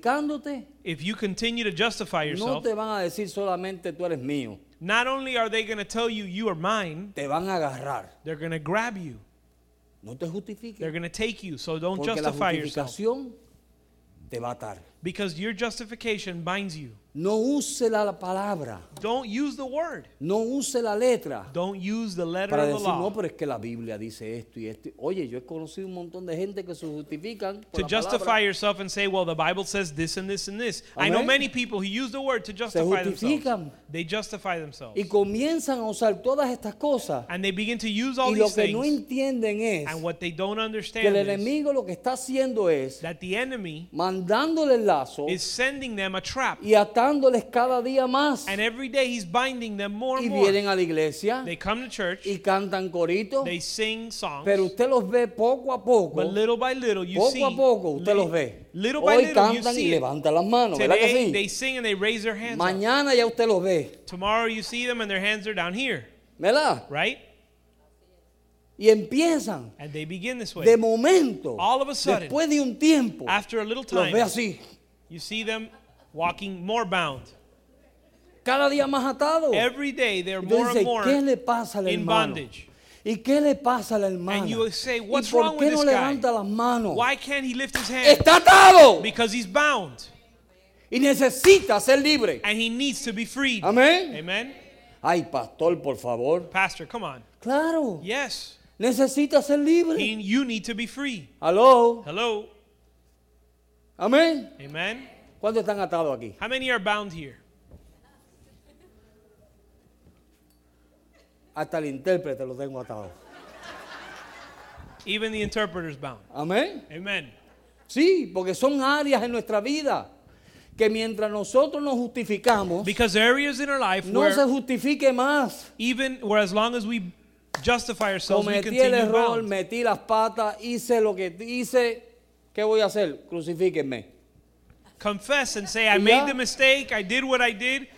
S2: justificándote,
S3: if you continue to justify
S2: no
S3: yourself,
S2: te van a decir solamente tú eres mío,
S3: not only are they going to tell you you are mine,
S2: te van a agarrar.
S3: they're going to grab you.
S2: No te
S3: They're
S2: justifiques,
S3: going to take you. So don't
S2: porque la
S3: justify yourself
S2: justificación te va a atar.
S3: because your justification binds you.
S2: No use la la palabra,
S3: Don't use the word.
S2: no use la letra
S3: Don't use the letter
S2: para
S3: of the
S2: decir, no,
S3: law
S2: pero es que la Biblia dice esto y esto. Oye, yo he conocido un montón de gente que se justifican por
S3: to
S2: la
S3: justify
S2: palabra.
S3: yourself and say, well, the Bible says this and this and this. I know
S2: Amén.
S3: many people who use the word to justify themselves.
S2: justifican.
S3: They justify themselves.
S2: Y comienzan a usar todas estas cosas
S3: And they begin to use all
S2: y lo
S3: these
S2: que no
S3: things.
S2: entienden es
S3: And what they don't
S2: que el
S3: understand is
S2: enemigo lo que está haciendo es
S3: that the enemy
S2: mandándole el lazo
S3: is sending them a trap.
S2: y atándoles cada día más.
S3: And every day he's binding them more
S2: Y
S3: and more.
S2: vienen a la iglesia
S3: They come to church,
S2: y cantan coritos,
S3: they sing songs,
S2: pero usted los ve poco a poco.
S3: but little by little you see.
S2: Poco a poco usted
S3: li-
S2: los ve.
S3: Little by
S2: Hoy
S3: little you
S2: cantan y
S3: see. it.
S2: levantan las manos, ¿verdad
S3: Today they
S2: que sí?
S3: sing and they raise their hands. up.
S2: Mañana ya usted los ve,
S3: Tomorrow you see them and their hands are down here,
S2: ¿verdad?
S3: right?
S2: Y empiezan
S3: And they begin this
S2: de
S3: way.
S2: momento,
S3: All of a sudden,
S2: después de un tiempo,
S3: After a little
S2: los ve
S3: time,
S2: así,
S3: you see them walking more bound.
S2: cada día más atados.
S3: Every day they're
S2: Y tú
S3: more and
S2: dices,
S3: more
S2: ¿qué le pasa al
S3: in
S2: hermano?
S3: bondage.
S2: ¿Y qué le pasa al hermano?
S3: And you say,
S2: ¿Y
S3: "What's
S2: por
S3: wrong
S2: qué
S3: with
S2: no
S3: this guy?
S2: levanta las manos?
S3: Why can't he lift his hand?
S2: Está atado
S3: Because he's bound
S2: y necesita ser libre.
S3: and he needs to be freed.
S2: Amén.
S3: Amen.
S2: Ay, pastor, por favor.
S3: Pastor, come on.
S2: Claro,
S3: Yes,
S2: necesita ser libre.
S3: he, you need to be free.
S2: Aló.
S3: Hello.
S2: Amén.
S3: Amen.
S2: ¿Cuántos están atados aquí?
S3: How many are bound here?
S2: Hasta el intérprete lo tengo atado.
S3: Even the interpreter's bound.
S2: Amén.
S3: Amen.
S2: Sí, porque son áreas en nuestra vida que mientras nosotros nos justificamos,
S3: Because there are areas in our life
S2: no
S3: where
S2: se justifique más.
S3: even where as long as we justify ourselves, we
S2: Cometí el
S3: continue
S2: error,
S3: bound.
S2: metí las patas, hice lo que hice. ¿Qué voy a hacer? Crucifíquenme.
S3: Confess and say,
S2: Y
S3: I
S2: ya.
S3: made the mistake, I did what I did.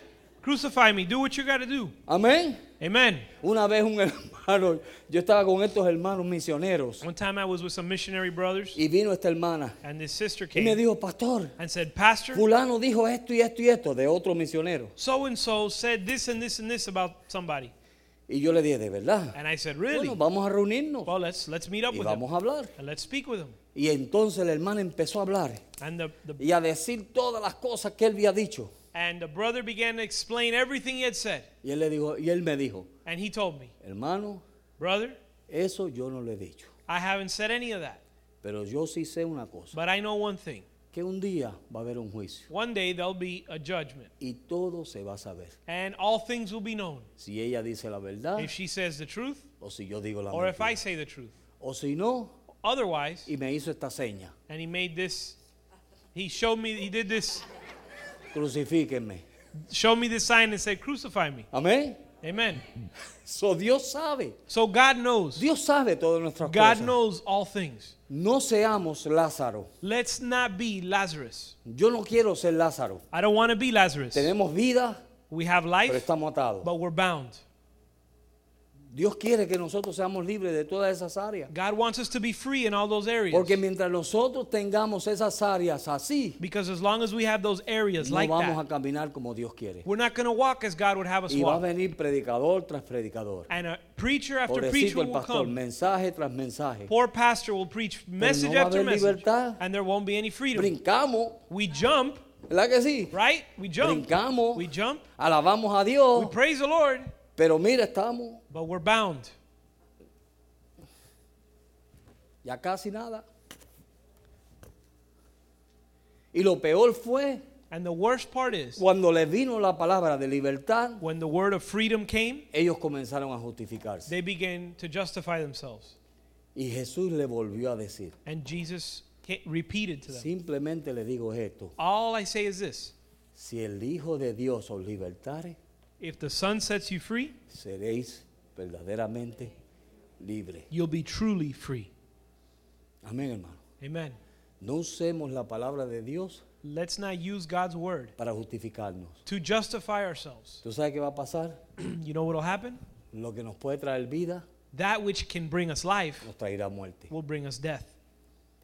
S3: Crucify me. Do what you gotta do.
S2: Amén.
S3: Amen.
S2: Una vez un hermano, yo estaba con estos hermanos misioneros
S3: One time I was with some missionary brothers
S2: y vino esta hermana
S3: and this sister
S2: y me
S3: came
S2: dijo, pastor,
S3: and said, Pastor,
S2: fulano dijo esto y esto y esto de otro misionero.
S3: so and so said this and this and this about somebody.
S2: Y yo le dije, ¿de verdad?
S3: And I said,
S2: Bueno,
S3: Really?
S2: vamos a reunirnos
S3: Well let's let's meet up
S2: y
S3: with him.
S2: vamos a hablar.
S3: And let's speak with him.
S2: Y entonces la hermana empezó a hablar
S3: And the, the,
S2: y a decir todas las cosas que él había dicho.
S3: and the brother began to explain everything he had said.
S2: Y él, le dijo, y él me dijo,
S3: And he told me,
S2: hermano,
S3: Brother,
S2: eso yo no lo he dicho.
S3: I haven't said any of that.
S2: Pero yo sí sé una cosa,
S3: But I know one thing.
S2: que un día va a haber un juicio
S3: One day there'll be a judgment,
S2: y todo se va a saber.
S3: and all things will be known.
S2: Si ella dice la verdad
S3: If she says the truth,
S2: o si yo digo la
S3: or if
S2: mentira.
S3: I say the truth.
S2: O si no,
S3: Otherwise,
S2: y me hizo esta seña,
S3: and he made this, he showed me, he did this,
S2: crucifíquenme.
S3: showed me this sign and said, Crucify me.
S2: Amén.
S3: Amen.
S2: So Dios sabe.
S3: So God knows.
S2: Dios sabe todas nuestras
S3: God
S2: cosas.
S3: knows all things.
S2: No seamos Lázaro.
S3: Let's not be Lazarus.
S2: Yo no quiero ser Lázaro.
S3: I don't want to be Lazarus.
S2: Tenemos vida,
S3: We have
S2: pero
S3: life,
S2: estamos atados.
S3: but we're bound.
S2: Dios quiere que nosotros seamos libres de todas esas áreas.
S3: God wants us to be free in all those areas.
S2: Porque mientras nosotros tengamos esas áreas así,
S3: Because as long as we have those areas
S2: no
S3: like
S2: vamos a
S3: that,
S2: caminar como Dios quiere.
S3: we're not going to walk as God would have us
S2: Y va a
S3: walk.
S2: venir predicador tras predicador.
S3: And a preacher after preacher
S2: Pobrecito el
S3: will
S2: pastor,
S3: come.
S2: mensaje tras mensaje.
S3: Poor pastor will preach message
S2: va a
S3: after
S2: haber
S3: message.
S2: libertad.
S3: And there won't be any freedom.
S2: Brincamos,
S3: We jump,
S2: ¿verdad que sí?
S3: right? We jump.
S2: Brincamos.
S3: We jump.
S2: Alabamos a
S3: We
S2: Dios,
S3: praise the Lord,
S2: pero mira, estamos
S3: but we're bound.
S2: ya casi nada. Y lo peor fue
S3: And the worst part is,
S2: Cuando les vino la palabra de libertad,
S3: when the word of freedom came,
S2: ellos comenzaron a justificarse.
S3: they began to justify themselves.
S2: Y Jesús le volvió a decir,
S3: And Jesus ca- repeated to them,
S2: simplemente le digo esto,
S3: All I say is this
S2: si el Hijo de Dios os libertare,
S3: if the Son sets you free,
S2: seréis verdaderamente libres.
S3: you'll be truly free.
S2: Amén, hermano.
S3: Amen.
S2: No usemos la palabra de Dios
S3: Let's not use God's word
S2: para justificarnos.
S3: to justify ourselves.
S2: ¿Tú sabes qué va a pasar?
S3: you know what will happen?
S2: Lo que nos puede traer vida
S3: That which can bring us life
S2: nos traerá muerte.
S3: will bring us death.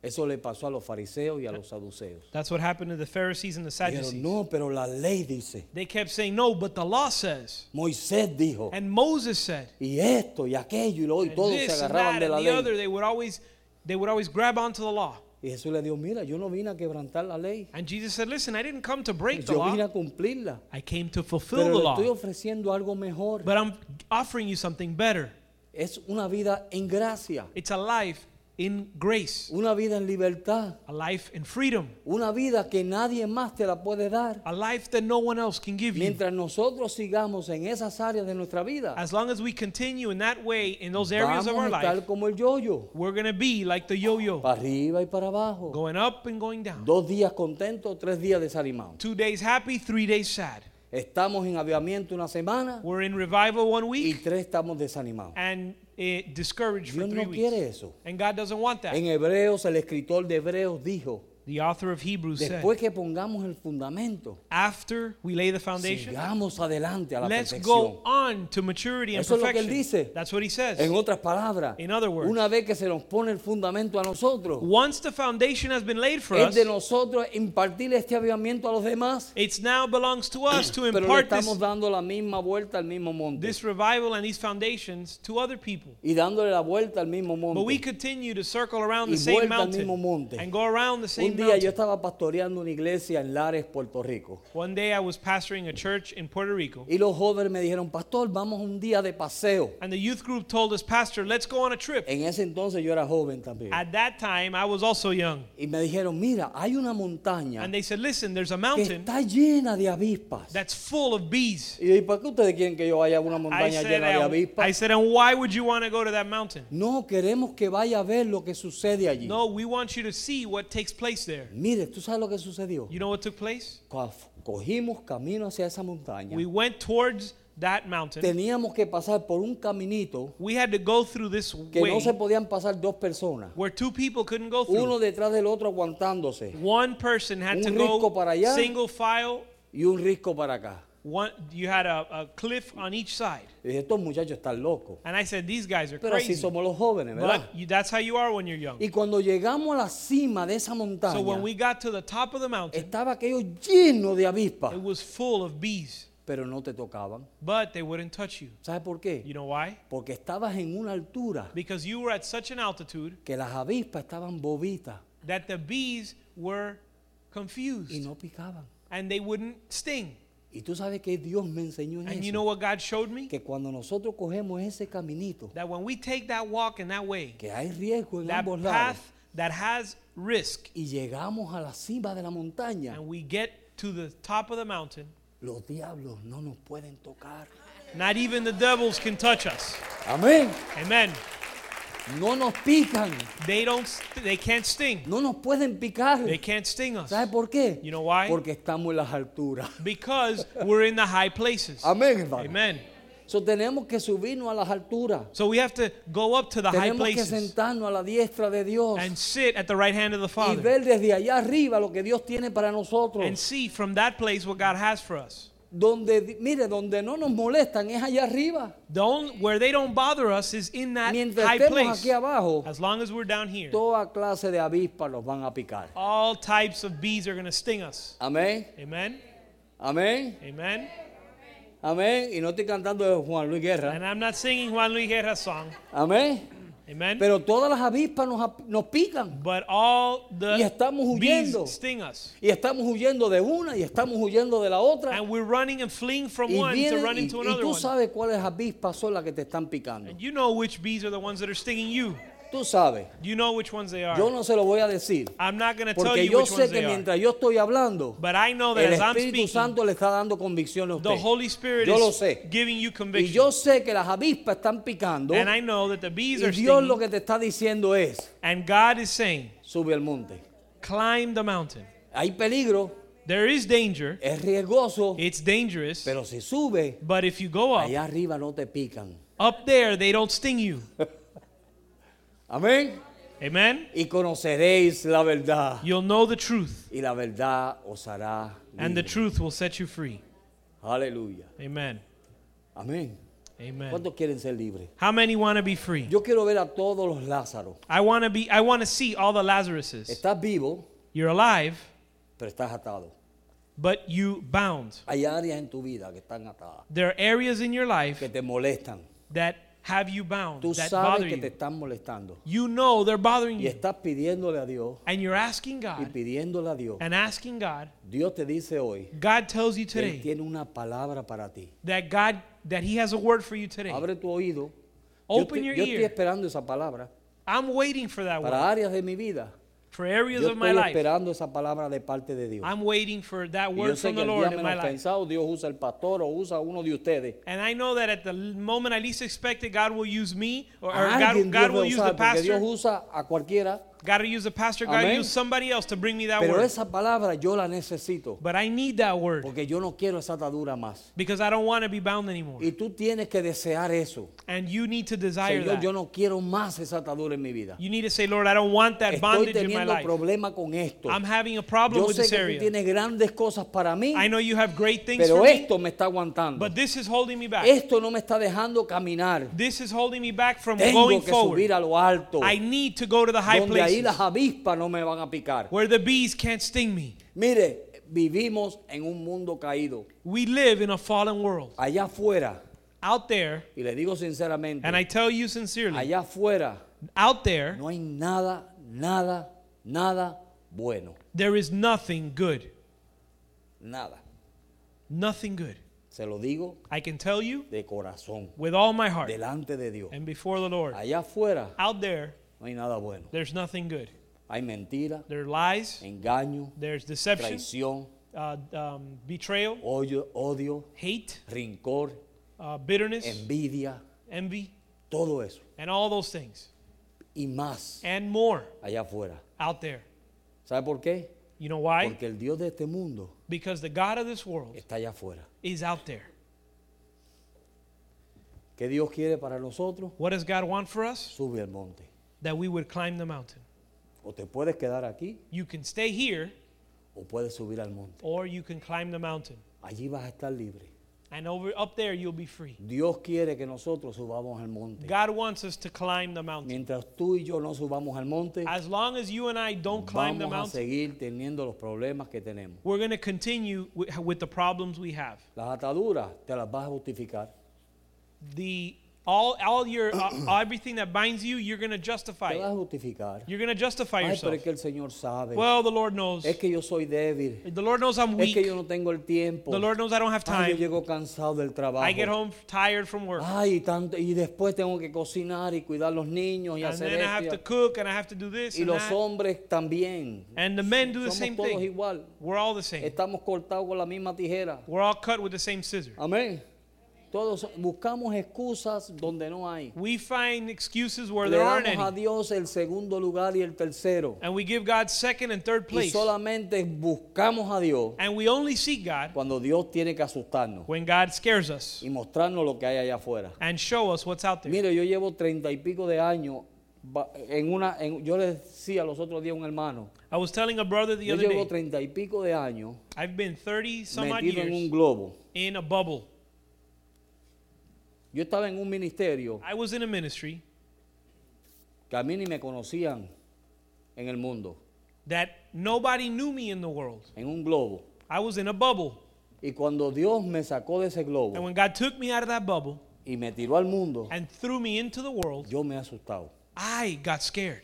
S2: Eso le pasó a los fariseos y a los saduceos.
S3: That's what happened to the Pharisees and the
S2: Dijeron,
S3: Sadducees.
S2: no, pero la ley dice,
S3: They kept saying, No, but the law says,
S2: Moisés dijo,
S3: and Moses said,
S2: y esto y aquello y lo y
S3: and
S2: todos se
S3: this and
S2: agarraban
S3: that
S2: de
S3: and
S2: la
S3: the other.
S2: ley.
S3: They would always, they would always grab onto the law.
S2: Y Jesús le dijo, mira, yo no vine a quebrantar la ley,
S3: And Jesus said, Listen, I didn't come to break the
S2: yo vine
S3: law.
S2: a cumplirla.
S3: I came to fulfill
S2: Pero
S3: the
S2: le
S3: law.
S2: estoy ofreciendo algo mejor.
S3: But I'm offering you something better.
S2: Es una vida en gracia,
S3: It's a life in grace,
S2: una vida en libertad,
S3: a life in freedom,
S2: una vida que nadie más te la puede dar.
S3: a life that no one else can give you.
S2: Mientras nosotros sigamos en esas áreas de nuestra vida,
S3: As long as we continue in that way, in those areas
S2: vamos
S3: of
S2: a
S3: our
S2: estar
S3: life,
S2: como el yoyo,
S3: we're going to be like the yo yo,
S2: para arriba y para abajo.
S3: going up and going down.
S2: Dos días contentos, tres días desanimados.
S3: Two days happy, three days sad.
S2: Estamos en avivamiento una semana
S3: We're in revival one
S2: y
S3: week
S2: tres estamos desanimados.
S3: and eh, discouraged for
S2: Dios
S3: three
S2: no quiere
S3: weeks.
S2: eso.
S3: And God doesn't want that.
S2: En Hebreos, el escritor de Hebreos dijo,
S3: The author of Hebrews said,
S2: después que pongamos el fundamento,
S3: after we lay the foundation,
S2: sigamos adelante a la
S3: let's
S2: perfección.
S3: go on to maturity and
S2: Eso es lo que él
S3: perfection.
S2: dice.
S3: That's what he says.
S2: En otras palabras,
S3: In other words,
S2: una vez que se nos pone el fundamento a nosotros,
S3: Once the foundation has been laid for
S2: es
S3: us,
S2: de nosotros impartir este avivamiento a los demás,
S3: it's now belongs to us to
S2: pero le
S3: impart this,
S2: estamos dando la misma vuelta al mismo monte
S3: this revival and these foundations to other people.
S2: y dándole la vuelta al mismo
S3: But we
S2: monte.
S3: continue to circle around
S2: Y
S3: the same
S2: vuelta al
S3: mountain
S2: mismo monte.
S3: and go around the
S2: Un
S3: same
S2: día yo
S3: mountain.
S2: estaba pastoreando una iglesia en Lares, Puerto Rico,
S3: One day I was pastoring a church in Puerto Rico,
S2: y los jóvenes me dijeron, pastor, vamos un día de paseo.
S3: and the youth group told us, Pastor, let's go on a trip.
S2: En ese entonces yo era joven también.
S3: At that time, I was also young.
S2: Y me dijeron, mira, hay una montaña
S3: And they said, Listen, there's a
S2: que
S3: mountain
S2: está llena de avispas.
S3: that's full of bees.
S2: Y yo, ¿y para qué ustedes quieren que yo vaya a una
S3: I
S2: montaña
S3: said,
S2: llena de
S3: "And- I
S2: avispas?
S3: said, And why would you want to go to that mountain?
S2: No, queremos que vaya a ver lo que sucede allí.
S3: No, we want you to see what takes place there.
S2: Mire, ¿tú sabes lo que sucedió?
S3: You know what took place?
S2: Co- Cogimos camino hacia esa montaña.
S3: We went towards that mountain.
S2: Teníamos que pasar por un caminito
S3: We had to go through this
S2: que no
S3: way
S2: se podían pasar dos personas.
S3: where two people couldn't go
S2: Uno
S3: through.
S2: detrás del otro aguantándose
S3: One person had
S2: un
S3: to
S2: risco para
S3: go
S2: allá.
S3: single file.
S2: y un risco para acá.
S3: One, you had a, a cliff on each side.
S2: Y dije, estos muchachos están locos.
S3: And I said, these guys are
S2: Pero así
S3: crazy.
S2: somos los jóvenes, ¿verdad?
S3: But you, that's how you are when you're young.
S2: Y cuando llegamos a la cima de esa
S3: So when we
S2: montaña,
S3: got to the top of the mountain,
S2: estaba aquello lleno de avispas,
S3: it was full of bees,
S2: pero no te tocaban.
S3: but they wouldn't touch you.
S2: ¿Sabes por qué?
S3: You know why?
S2: Porque estabas en una altura
S3: Because you were at such an altitude
S2: que las avispas estaban bobitas
S3: that the bees were
S2: y
S3: confused
S2: no picaban.
S3: and they wouldn't sting.
S2: Y tú sabes que Dios me enseñó en
S3: And you
S2: eso,
S3: know what God showed me?
S2: que cuando nosotros cogemos ese caminito,
S3: That when we take that walk in that way,
S2: que hay riesgo en
S3: that
S2: ambos lados,
S3: path that has risk,
S2: y llegamos a la cima de la montaña,
S3: and we get to the top of the mountain,
S2: los diablos no nos pueden tocar.
S3: not even the devils can touch us.
S2: Amén.
S3: Amen.
S2: No nos pican,
S3: They don't. St- they can't sting.
S2: no nos pueden picar.
S3: They can't sting us
S2: ¿Sabes por qué?
S3: You know why?
S2: Porque estamos en las alturas.
S3: because we're in the high places.
S2: Amén, hermano.
S3: Amen.
S2: So, tenemos que subirnos a las alturas.
S3: So we have to go up to the high
S2: Tenemos que
S3: places
S2: sentarnos a la diestra de Dios
S3: and sit at the right hand of the
S2: y
S3: Father
S2: ver desde allá arriba lo que Dios tiene para
S3: and
S2: nosotros.
S3: see from that place what God has for us.
S2: Donde, di- mire, donde no nos molestan es allá arriba.
S3: The only, where they don't bother us is in that
S2: Mientras
S3: high
S2: estemos
S3: place.
S2: aquí abajo,
S3: As long as we're down here,
S2: toda clase de avispas nos van a picar.
S3: all types of bees are going to sting us.
S2: Amén,
S3: Amen.
S2: amén,
S3: Amen.
S2: amén. Y no estoy cantando de Juan Luis Guerra.
S3: And I'm not singing Juan Luis Guerra's song.
S2: Amén.
S3: Amen.
S2: Pero todas las avispas nos, ap- nos pican.
S3: but all the
S2: Y estamos
S3: bees
S2: huyendo.
S3: sting us.
S2: Y estamos huyendo de una y estamos huyendo de la otra.
S3: And we're running and fleeing from
S2: Y,
S3: one to
S2: vienen-
S3: run
S2: y-
S3: into
S2: y
S3: another
S2: tú
S3: one.
S2: sabes cuáles avispas son las que te están picando.
S3: And you know which bees are the ones that are stinging you.
S2: Tú sabes.
S3: You know which ones they are.
S2: Yo no se lo voy a decir.
S3: I'm not going to tell
S2: Porque
S3: you
S2: yo
S3: which
S2: sé
S3: ones
S2: que
S3: they are.
S2: mientras yo estoy hablando,
S3: But I know that
S2: el
S3: as I'm
S2: Espíritu
S3: speaking,
S2: Santo le está dando convicción a usted.
S3: the Holy Spirit
S2: yo lo
S3: is
S2: sé.
S3: giving you
S2: Y
S3: conviction.
S2: yo sé que las avispas están picando.
S3: and I know that the bees
S2: Y
S3: are
S2: Dios
S3: stinging.
S2: lo que te está diciendo es,
S3: and God is saying,
S2: sube al monte.
S3: climb the mountain.
S2: Hay peligro,
S3: There is danger.
S2: es riesgoso,
S3: It's dangerous.
S2: pero si sube,
S3: but if you go up,
S2: allá arriba no te pican.
S3: up there, they don't sting you.
S2: Amén.
S3: Amen?
S2: Y conoceréis la verdad.
S3: You'll know the truth,
S2: Y la verdad os hará.
S3: and the
S2: libre.
S3: truth will set you free.
S2: Aleluya.
S3: Amen.
S2: Amén.
S3: Amen.
S2: ¿Cuántos quieren ser libres?
S3: How many want to be free?
S2: Yo quiero ver a todos los Lázaros.
S3: I want to be I want to see all the Lazaruses.
S2: Estás vivo,
S3: You're alive,
S2: pero estás atado.
S3: but you bound.
S2: Hay áreas en tu vida que están atadas,
S3: There are areas in your life
S2: que te molestan.
S3: that have you bound,
S2: Tú
S3: that
S2: sabes
S3: bother
S2: que te
S3: you.
S2: están molestando.
S3: You know they're bothering
S2: Y
S3: you.
S2: estás pidiéndole a Dios
S3: And you're asking
S2: y
S3: God
S2: pidiéndole a Dios.
S3: and asking God.
S2: Dios te dice hoy
S3: God tells you
S2: que Él
S3: today
S2: tiene una palabra para ti.
S3: that God that He has a word for you today.
S2: Abre tu oído. Yo,
S3: Open
S2: estoy-
S3: your
S2: yo estoy
S3: ear.
S2: esperando esa palabra
S3: I'm waiting for that
S2: para
S3: word.
S2: áreas de mi vida.
S3: For areas
S2: Yo
S3: of my
S2: estoy
S3: life.
S2: esperando esa palabra de parte de Dios.
S3: I'm waiting for that
S2: Y yo
S3: word
S2: sé
S3: from
S2: que el
S3: the Lord
S2: día
S3: in my
S2: menos
S3: life.
S2: pensado Dios usa el pastor o usa uno de ustedes.
S3: And I know that at the l- moment I least expect it, God will use me, or, or
S2: A
S3: God,
S2: alguien
S3: God
S2: Dios va a
S3: will use
S2: usar
S3: the
S2: porque Dios
S3: pastor.
S2: usa a cualquiera.
S3: God will use the pastor. God will
S2: Amén.
S3: use somebody else to bring me that
S2: Pero
S3: word.
S2: esa palabra yo la necesito
S3: But I need that word
S2: porque yo no quiero esa atadura más.
S3: because I don't want to be bound anymore.
S2: Y tú tienes que desear eso.
S3: And you need to desire
S2: Señor,
S3: that.
S2: yo no quiero más esa atadura en mi vida.
S3: You need to say, Lord, I don't want that
S2: Estoy
S3: bondage in my
S2: teniendo
S3: life.
S2: problema con esto.
S3: I'm having a problem
S2: Yo
S3: with
S2: sé
S3: this
S2: que tú
S3: area.
S2: tienes grandes cosas para mí,
S3: I know you have great things
S2: pero
S3: for me,
S2: esto me está aguantando.
S3: but this is holding me back.
S2: Esto no me está dejando caminar.
S3: This is holding me back from
S2: Tengo
S3: going
S2: que subir
S3: forward.
S2: a lo alto,
S3: I need to go to the high
S2: donde ahí
S3: places
S2: las avispas no me van a picar.
S3: where the bees can't sting me.
S2: Mire, vivimos en un mundo caído.
S3: We live in a fallen world.
S2: Allá afuera,
S3: Out there,
S2: y le digo sinceramente,
S3: and I tell you sincerely,
S2: allá afuera
S3: out there,
S2: no hay nada, nada, nada bueno.
S3: there is nothing good.
S2: Nada.
S3: Nothing good.
S2: Se lo digo
S3: I can tell you
S2: de corazón,
S3: with all my heart
S2: delante de Dios.
S3: and before the Lord.
S2: Allá afuera
S3: Out there,
S2: no hay nada bueno.
S3: there's nothing good.
S2: Hay mentira,
S3: There are lies,
S2: engaño,
S3: there's deception,
S2: traición,
S3: uh, um, betrayal,
S2: odio, odio,
S3: hate,
S2: rincor,
S3: uh, bitterness,
S2: envidia,
S3: envy,
S2: todo eso
S3: and all those things.
S2: y más
S3: And more
S2: allá afuera.
S3: out there.
S2: ¿Sabe por qué?
S3: You know why?
S2: Porque el Dios de este mundo
S3: Because the God of this world
S2: está allá afuera.
S3: is out there.
S2: ¿Qué Dios quiere para nosotros?
S3: What does God want for us?
S2: Sube al monte.
S3: That we would climb the mountain.
S2: O te puedes quedar aquí
S3: You can stay here
S2: o puedes subir al monte.
S3: or you can climb the mountain.
S2: Allí vas a estar libre.
S3: And over up there you'll be free.
S2: Dios quiere que nosotros subamos al monte.
S3: God wants us to climb the mountain.
S2: Mientras tú y yo no subamos al monte,
S3: As long as you and I don't climb the
S2: vamos a
S3: mountain,
S2: seguir teniendo los problemas que tenemos.
S3: we're going to continue wi- with the problems we have.
S2: Las ataduras te las vas a justificar.
S3: The all all your uh, everything that binds you, you're going to justify.
S2: Te vas
S3: It.
S2: a justificar.
S3: You're going to justify
S2: Ay, pero
S3: yourself.
S2: es que el Señor sabe.
S3: Well, the Lord knows.
S2: Es que yo soy débil.
S3: The Lord knows I'm
S2: Es
S3: weak.
S2: que yo no tengo el tiempo.
S3: The Lord knows I don't have
S2: Ay, yo
S3: time.
S2: llego Ah, cansado del trabajo.
S3: I get home tired from work.
S2: Ay, y tanto, y después tengo que cocinar y cuidar los niños y
S3: And
S2: hacer
S3: then I have
S2: esto.
S3: to cook and I have to do this
S2: y- Y
S3: and
S2: los
S3: that.
S2: hombres también.
S3: And the men do the
S2: Somos
S3: same
S2: todos
S3: thing.
S2: igual.
S3: We're all the same.
S2: Estamos cortados con la misma tijera.
S3: We're all cut with the same scissor.
S2: Amén. Todos buscamos excusas donde no hay.
S3: We find excuses where
S2: Le
S3: there aren't
S2: damos a
S3: any.
S2: Dios el segundo lugar y el tercero.
S3: And we give God second and third
S2: Y
S3: place.
S2: solamente buscamos a Dios
S3: And we only seek God
S2: cuando Dios tiene que asustarnos
S3: when God scares us
S2: y mostrarnos lo que hay allá afuera.
S3: and show us what's out there.
S2: Mire, yo llevo treinta y pico de años ba- en una. en- yo le decía los otros días a un hermano,
S3: I was telling a brother the
S2: yo
S3: other
S2: llevo
S3: day,
S2: treinta y pico de años
S3: I've been 30 some odd
S2: metido en un
S3: years
S2: globo.
S3: in a bubble.
S2: Yo estaba en un ministerio
S3: I was in a ministry
S2: que a mí ni me conocían en el mundo,
S3: that nobody knew me in the world.
S2: en un globo.
S3: I was in a bubble.
S2: Y cuando Dios me sacó de ese
S3: And
S2: globo
S3: when God took me out of that bubble
S2: y me tiró al mundo,
S3: and threw me into the world,
S2: yo me he asustado.
S3: I got scared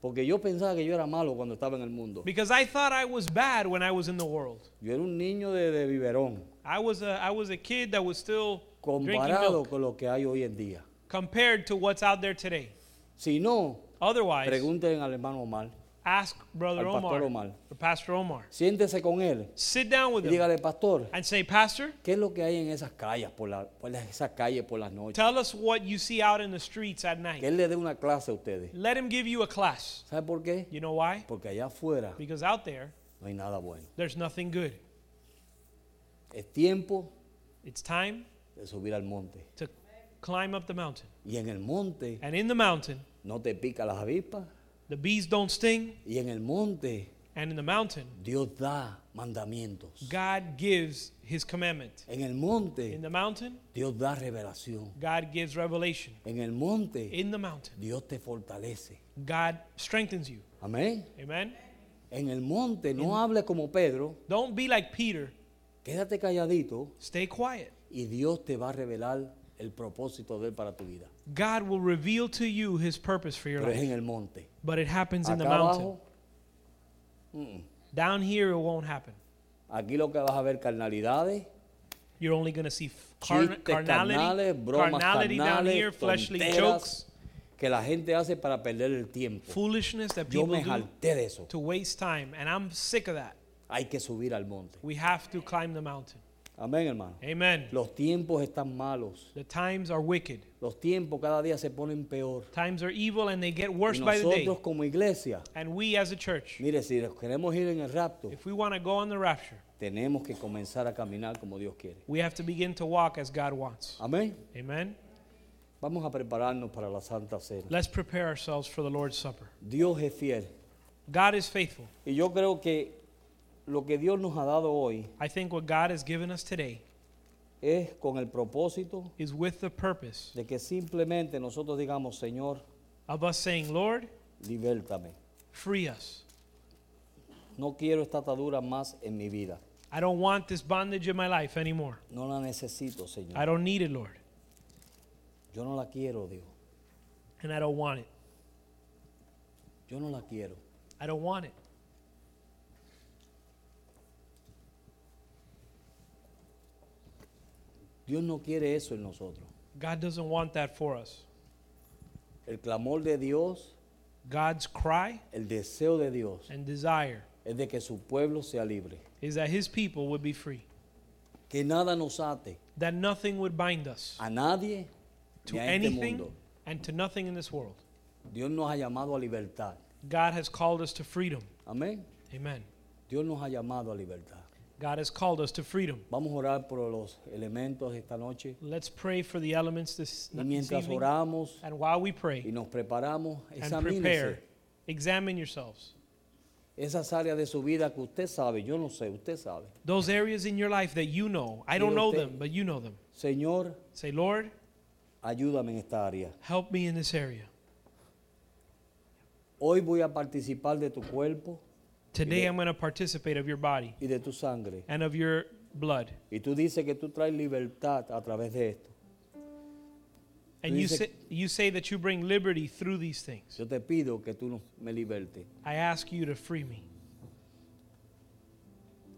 S2: Porque yo pensaba que yo era malo cuando estaba en el mundo.
S3: because I thought I was bad when I was in the world.
S2: Yo era un niño de, de biberón
S3: I was a I was a kid that was still drinking
S2: comparado
S3: milk
S2: con lo que hay hoy en día.
S3: compared to what's out there today.
S2: Si no,
S3: Otherwise,
S2: pregunten al hermano Omar.
S3: ask Brother
S2: al Pastor
S3: Omar
S2: Omar.
S3: or Pastor Omar.
S2: Siéntese con él
S3: Sit down
S2: y
S3: with him
S2: dígale, pastor,
S3: and say, Pastor,
S2: ¿qué es lo que hay en esas calles por, la, por las- esas calles por las noches?
S3: tell us what you see out in the streets at
S2: Que
S3: night.
S2: él le dé una clase a ustedes.
S3: Let him give you a class.
S2: ¿Sabe por qué?
S3: You know why?
S2: Porque allá afuera
S3: Because out there,
S2: no hay nada bueno.
S3: there's nothing good.
S2: Es tiempo
S3: It's time
S2: de subir al monte.
S3: to climb up the mountain.
S2: Y en el monte
S3: And in the mountain,
S2: no te pica las avispas.
S3: the bees don't sting,
S2: Y en el monte
S3: and in the mountain,
S2: Dios da mandamientos.
S3: God gives his commandment.
S2: En el
S3: In
S2: monte
S3: the mountain,
S2: Dios da revelación.
S3: God gives revelation.
S2: En el monte
S3: In the mountain,
S2: Dios te fortalece.
S3: God strengthens you.
S2: Amén.
S3: Amen.
S2: En el monte no hables como Pedro.
S3: Don't be like Peter.
S2: Quédate calladito
S3: Stay quiet.
S2: y Dios te va a revelar el propósito de él para tu vida.
S3: God will reveal to you his purpose for your
S2: Pero es
S3: life.
S2: en el monte.
S3: But it happens in the
S2: Acá
S3: mountain.
S2: abajo,
S3: Down here, it won't happen.
S2: aquí lo que vas a ver carnalidades,
S3: You're only going to see carn-
S2: chistes
S3: carnality,
S2: carnales, bromas
S3: carnality down here,
S2: carnales,
S3: fleshly
S2: tonteras
S3: jokes,
S2: que la gente hace para perder el tiempo.
S3: foolishness that
S2: Yo
S3: people
S2: me
S3: do
S2: jalté de eso.
S3: to waste time. And I'm sick of that.
S2: Hay que subir al monte.
S3: We have to climb the mountain.
S2: Amén, hermano.
S3: Amen.
S2: Los tiempos están malos.
S3: The times are wicked.
S2: Los tiempos cada día se ponen peor.
S3: Times are evil and they get
S2: Y
S3: worse by the day.
S2: nosotros como iglesia,
S3: And we as a church,
S2: mire, si nos queremos ir en el rapto,
S3: if we want to go on the rapture,
S2: tenemos que comenzar a caminar como Dios quiere.
S3: we have to begin to walk as God wants.
S2: Amén.
S3: Amen.
S2: Vamos a prepararnos para la Santa Cena.
S3: Let's prepare ourselves for the Lord's Supper.
S2: Dios es fiel.
S3: God is faithful.
S2: Y yo creo que lo que Dios nos ha dado hoy
S3: I think what God has given us today
S2: es con el propósito
S3: is with the purpose
S2: de que simplemente nosotros digamos, Señor,
S3: of us saying, Lord,
S2: libértame.
S3: free us.
S2: No quiero esta atadura más en mi vida.
S3: I don't want this bondage in my life anymore.
S2: No la necesito, Señor.
S3: I don't need it, Lord.
S2: Yo no la quiero, Dios.
S3: And I don't want it.
S2: Yo no la quiero.
S3: I don't want it.
S2: Dios no quiere eso en nosotros.
S3: God doesn't want that for us.
S2: El clamor de Dios,
S3: God's cry
S2: el deseo de Dios
S3: and desire
S2: es de que su pueblo sea libre.
S3: is that his people would be free,
S2: Que nada nos ate
S3: that nothing would bind us
S2: a nadie
S3: to
S2: ni a este
S3: anything
S2: mundo.
S3: and to nothing in this world.
S2: Dios nos ha llamado a libertad.
S3: God has called us to freedom.
S2: Amén.
S3: Amen.
S2: Dios nos ha llamado a libertad.
S3: God has called us to freedom.
S2: Vamos a orar por los elementos esta noche.
S3: Let's pray for the elements this,
S2: Y
S3: this
S2: mientras
S3: evening.
S2: oramos
S3: And while we
S2: y
S3: pray
S2: nos preparamos,
S3: and prepare,
S2: examínese
S3: examine yourselves.
S2: esas áreas de su vida que usted sabe, yo no sé, usted sabe.
S3: Those areas in your life that you know. I don't know them, but you know them.
S2: Señor,
S3: Say, Lord,
S2: ayúdame en esta área.
S3: help me in this area.
S2: Hoy voy a participar de tu cuerpo
S3: Today I'm going to participate of your body
S2: y de tu sangre.
S3: and of your blood.
S2: Y tú dices que tú traes libertad a través de esto.
S3: And
S2: Tú
S3: you
S2: dices-
S3: say, you say that you bring liberty through these things.
S2: Yo te pido que tú nos- me libertes.
S3: I ask you to free me.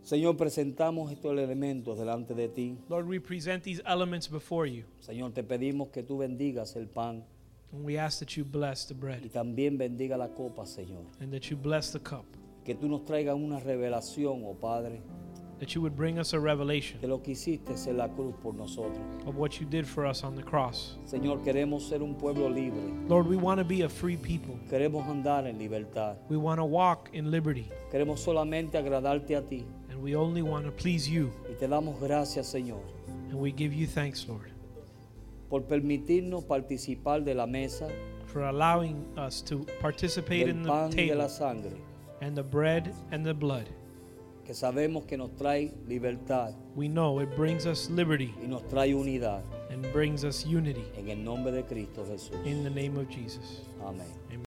S2: Señor, presentamos estos elementos delante de ti.
S3: Lord, we present these elements before you.
S2: Señor, te pedimos que tú bendigas el pan
S3: And we ask that you bless the
S2: y
S3: bread
S2: también bendiga la copa, Señor.
S3: and that you bless the cup.
S2: Que tú nos traigas una revelación, oh Padre,
S3: That you would bring us a revelation
S2: de lo que hiciste en la cruz por nosotros.
S3: of what you did for us on the cross.
S2: Señor, queremos ser un pueblo libre.
S3: Lord, we want to be a free people.
S2: Queremos andar en libertad.
S3: We want to walk in liberty.
S2: Queremos solamente agradarte a ti.
S3: And we only want to please you.
S2: Y te damos gracias, Señor,
S3: And we give you thanks, Lord,
S2: por permitirnos participar de la mesa,
S3: for allowing us to participate
S2: del
S3: in the
S2: pan y de
S3: table
S2: la sangre,
S3: and the bread and the blood.
S2: que sabemos que nos trae libertad
S3: We know it brings us liberty
S2: y nos trae unidad.
S3: and brings us unity.
S2: En el nombre de Cristo Jesús.
S3: In the name of Jesus.
S2: Amén.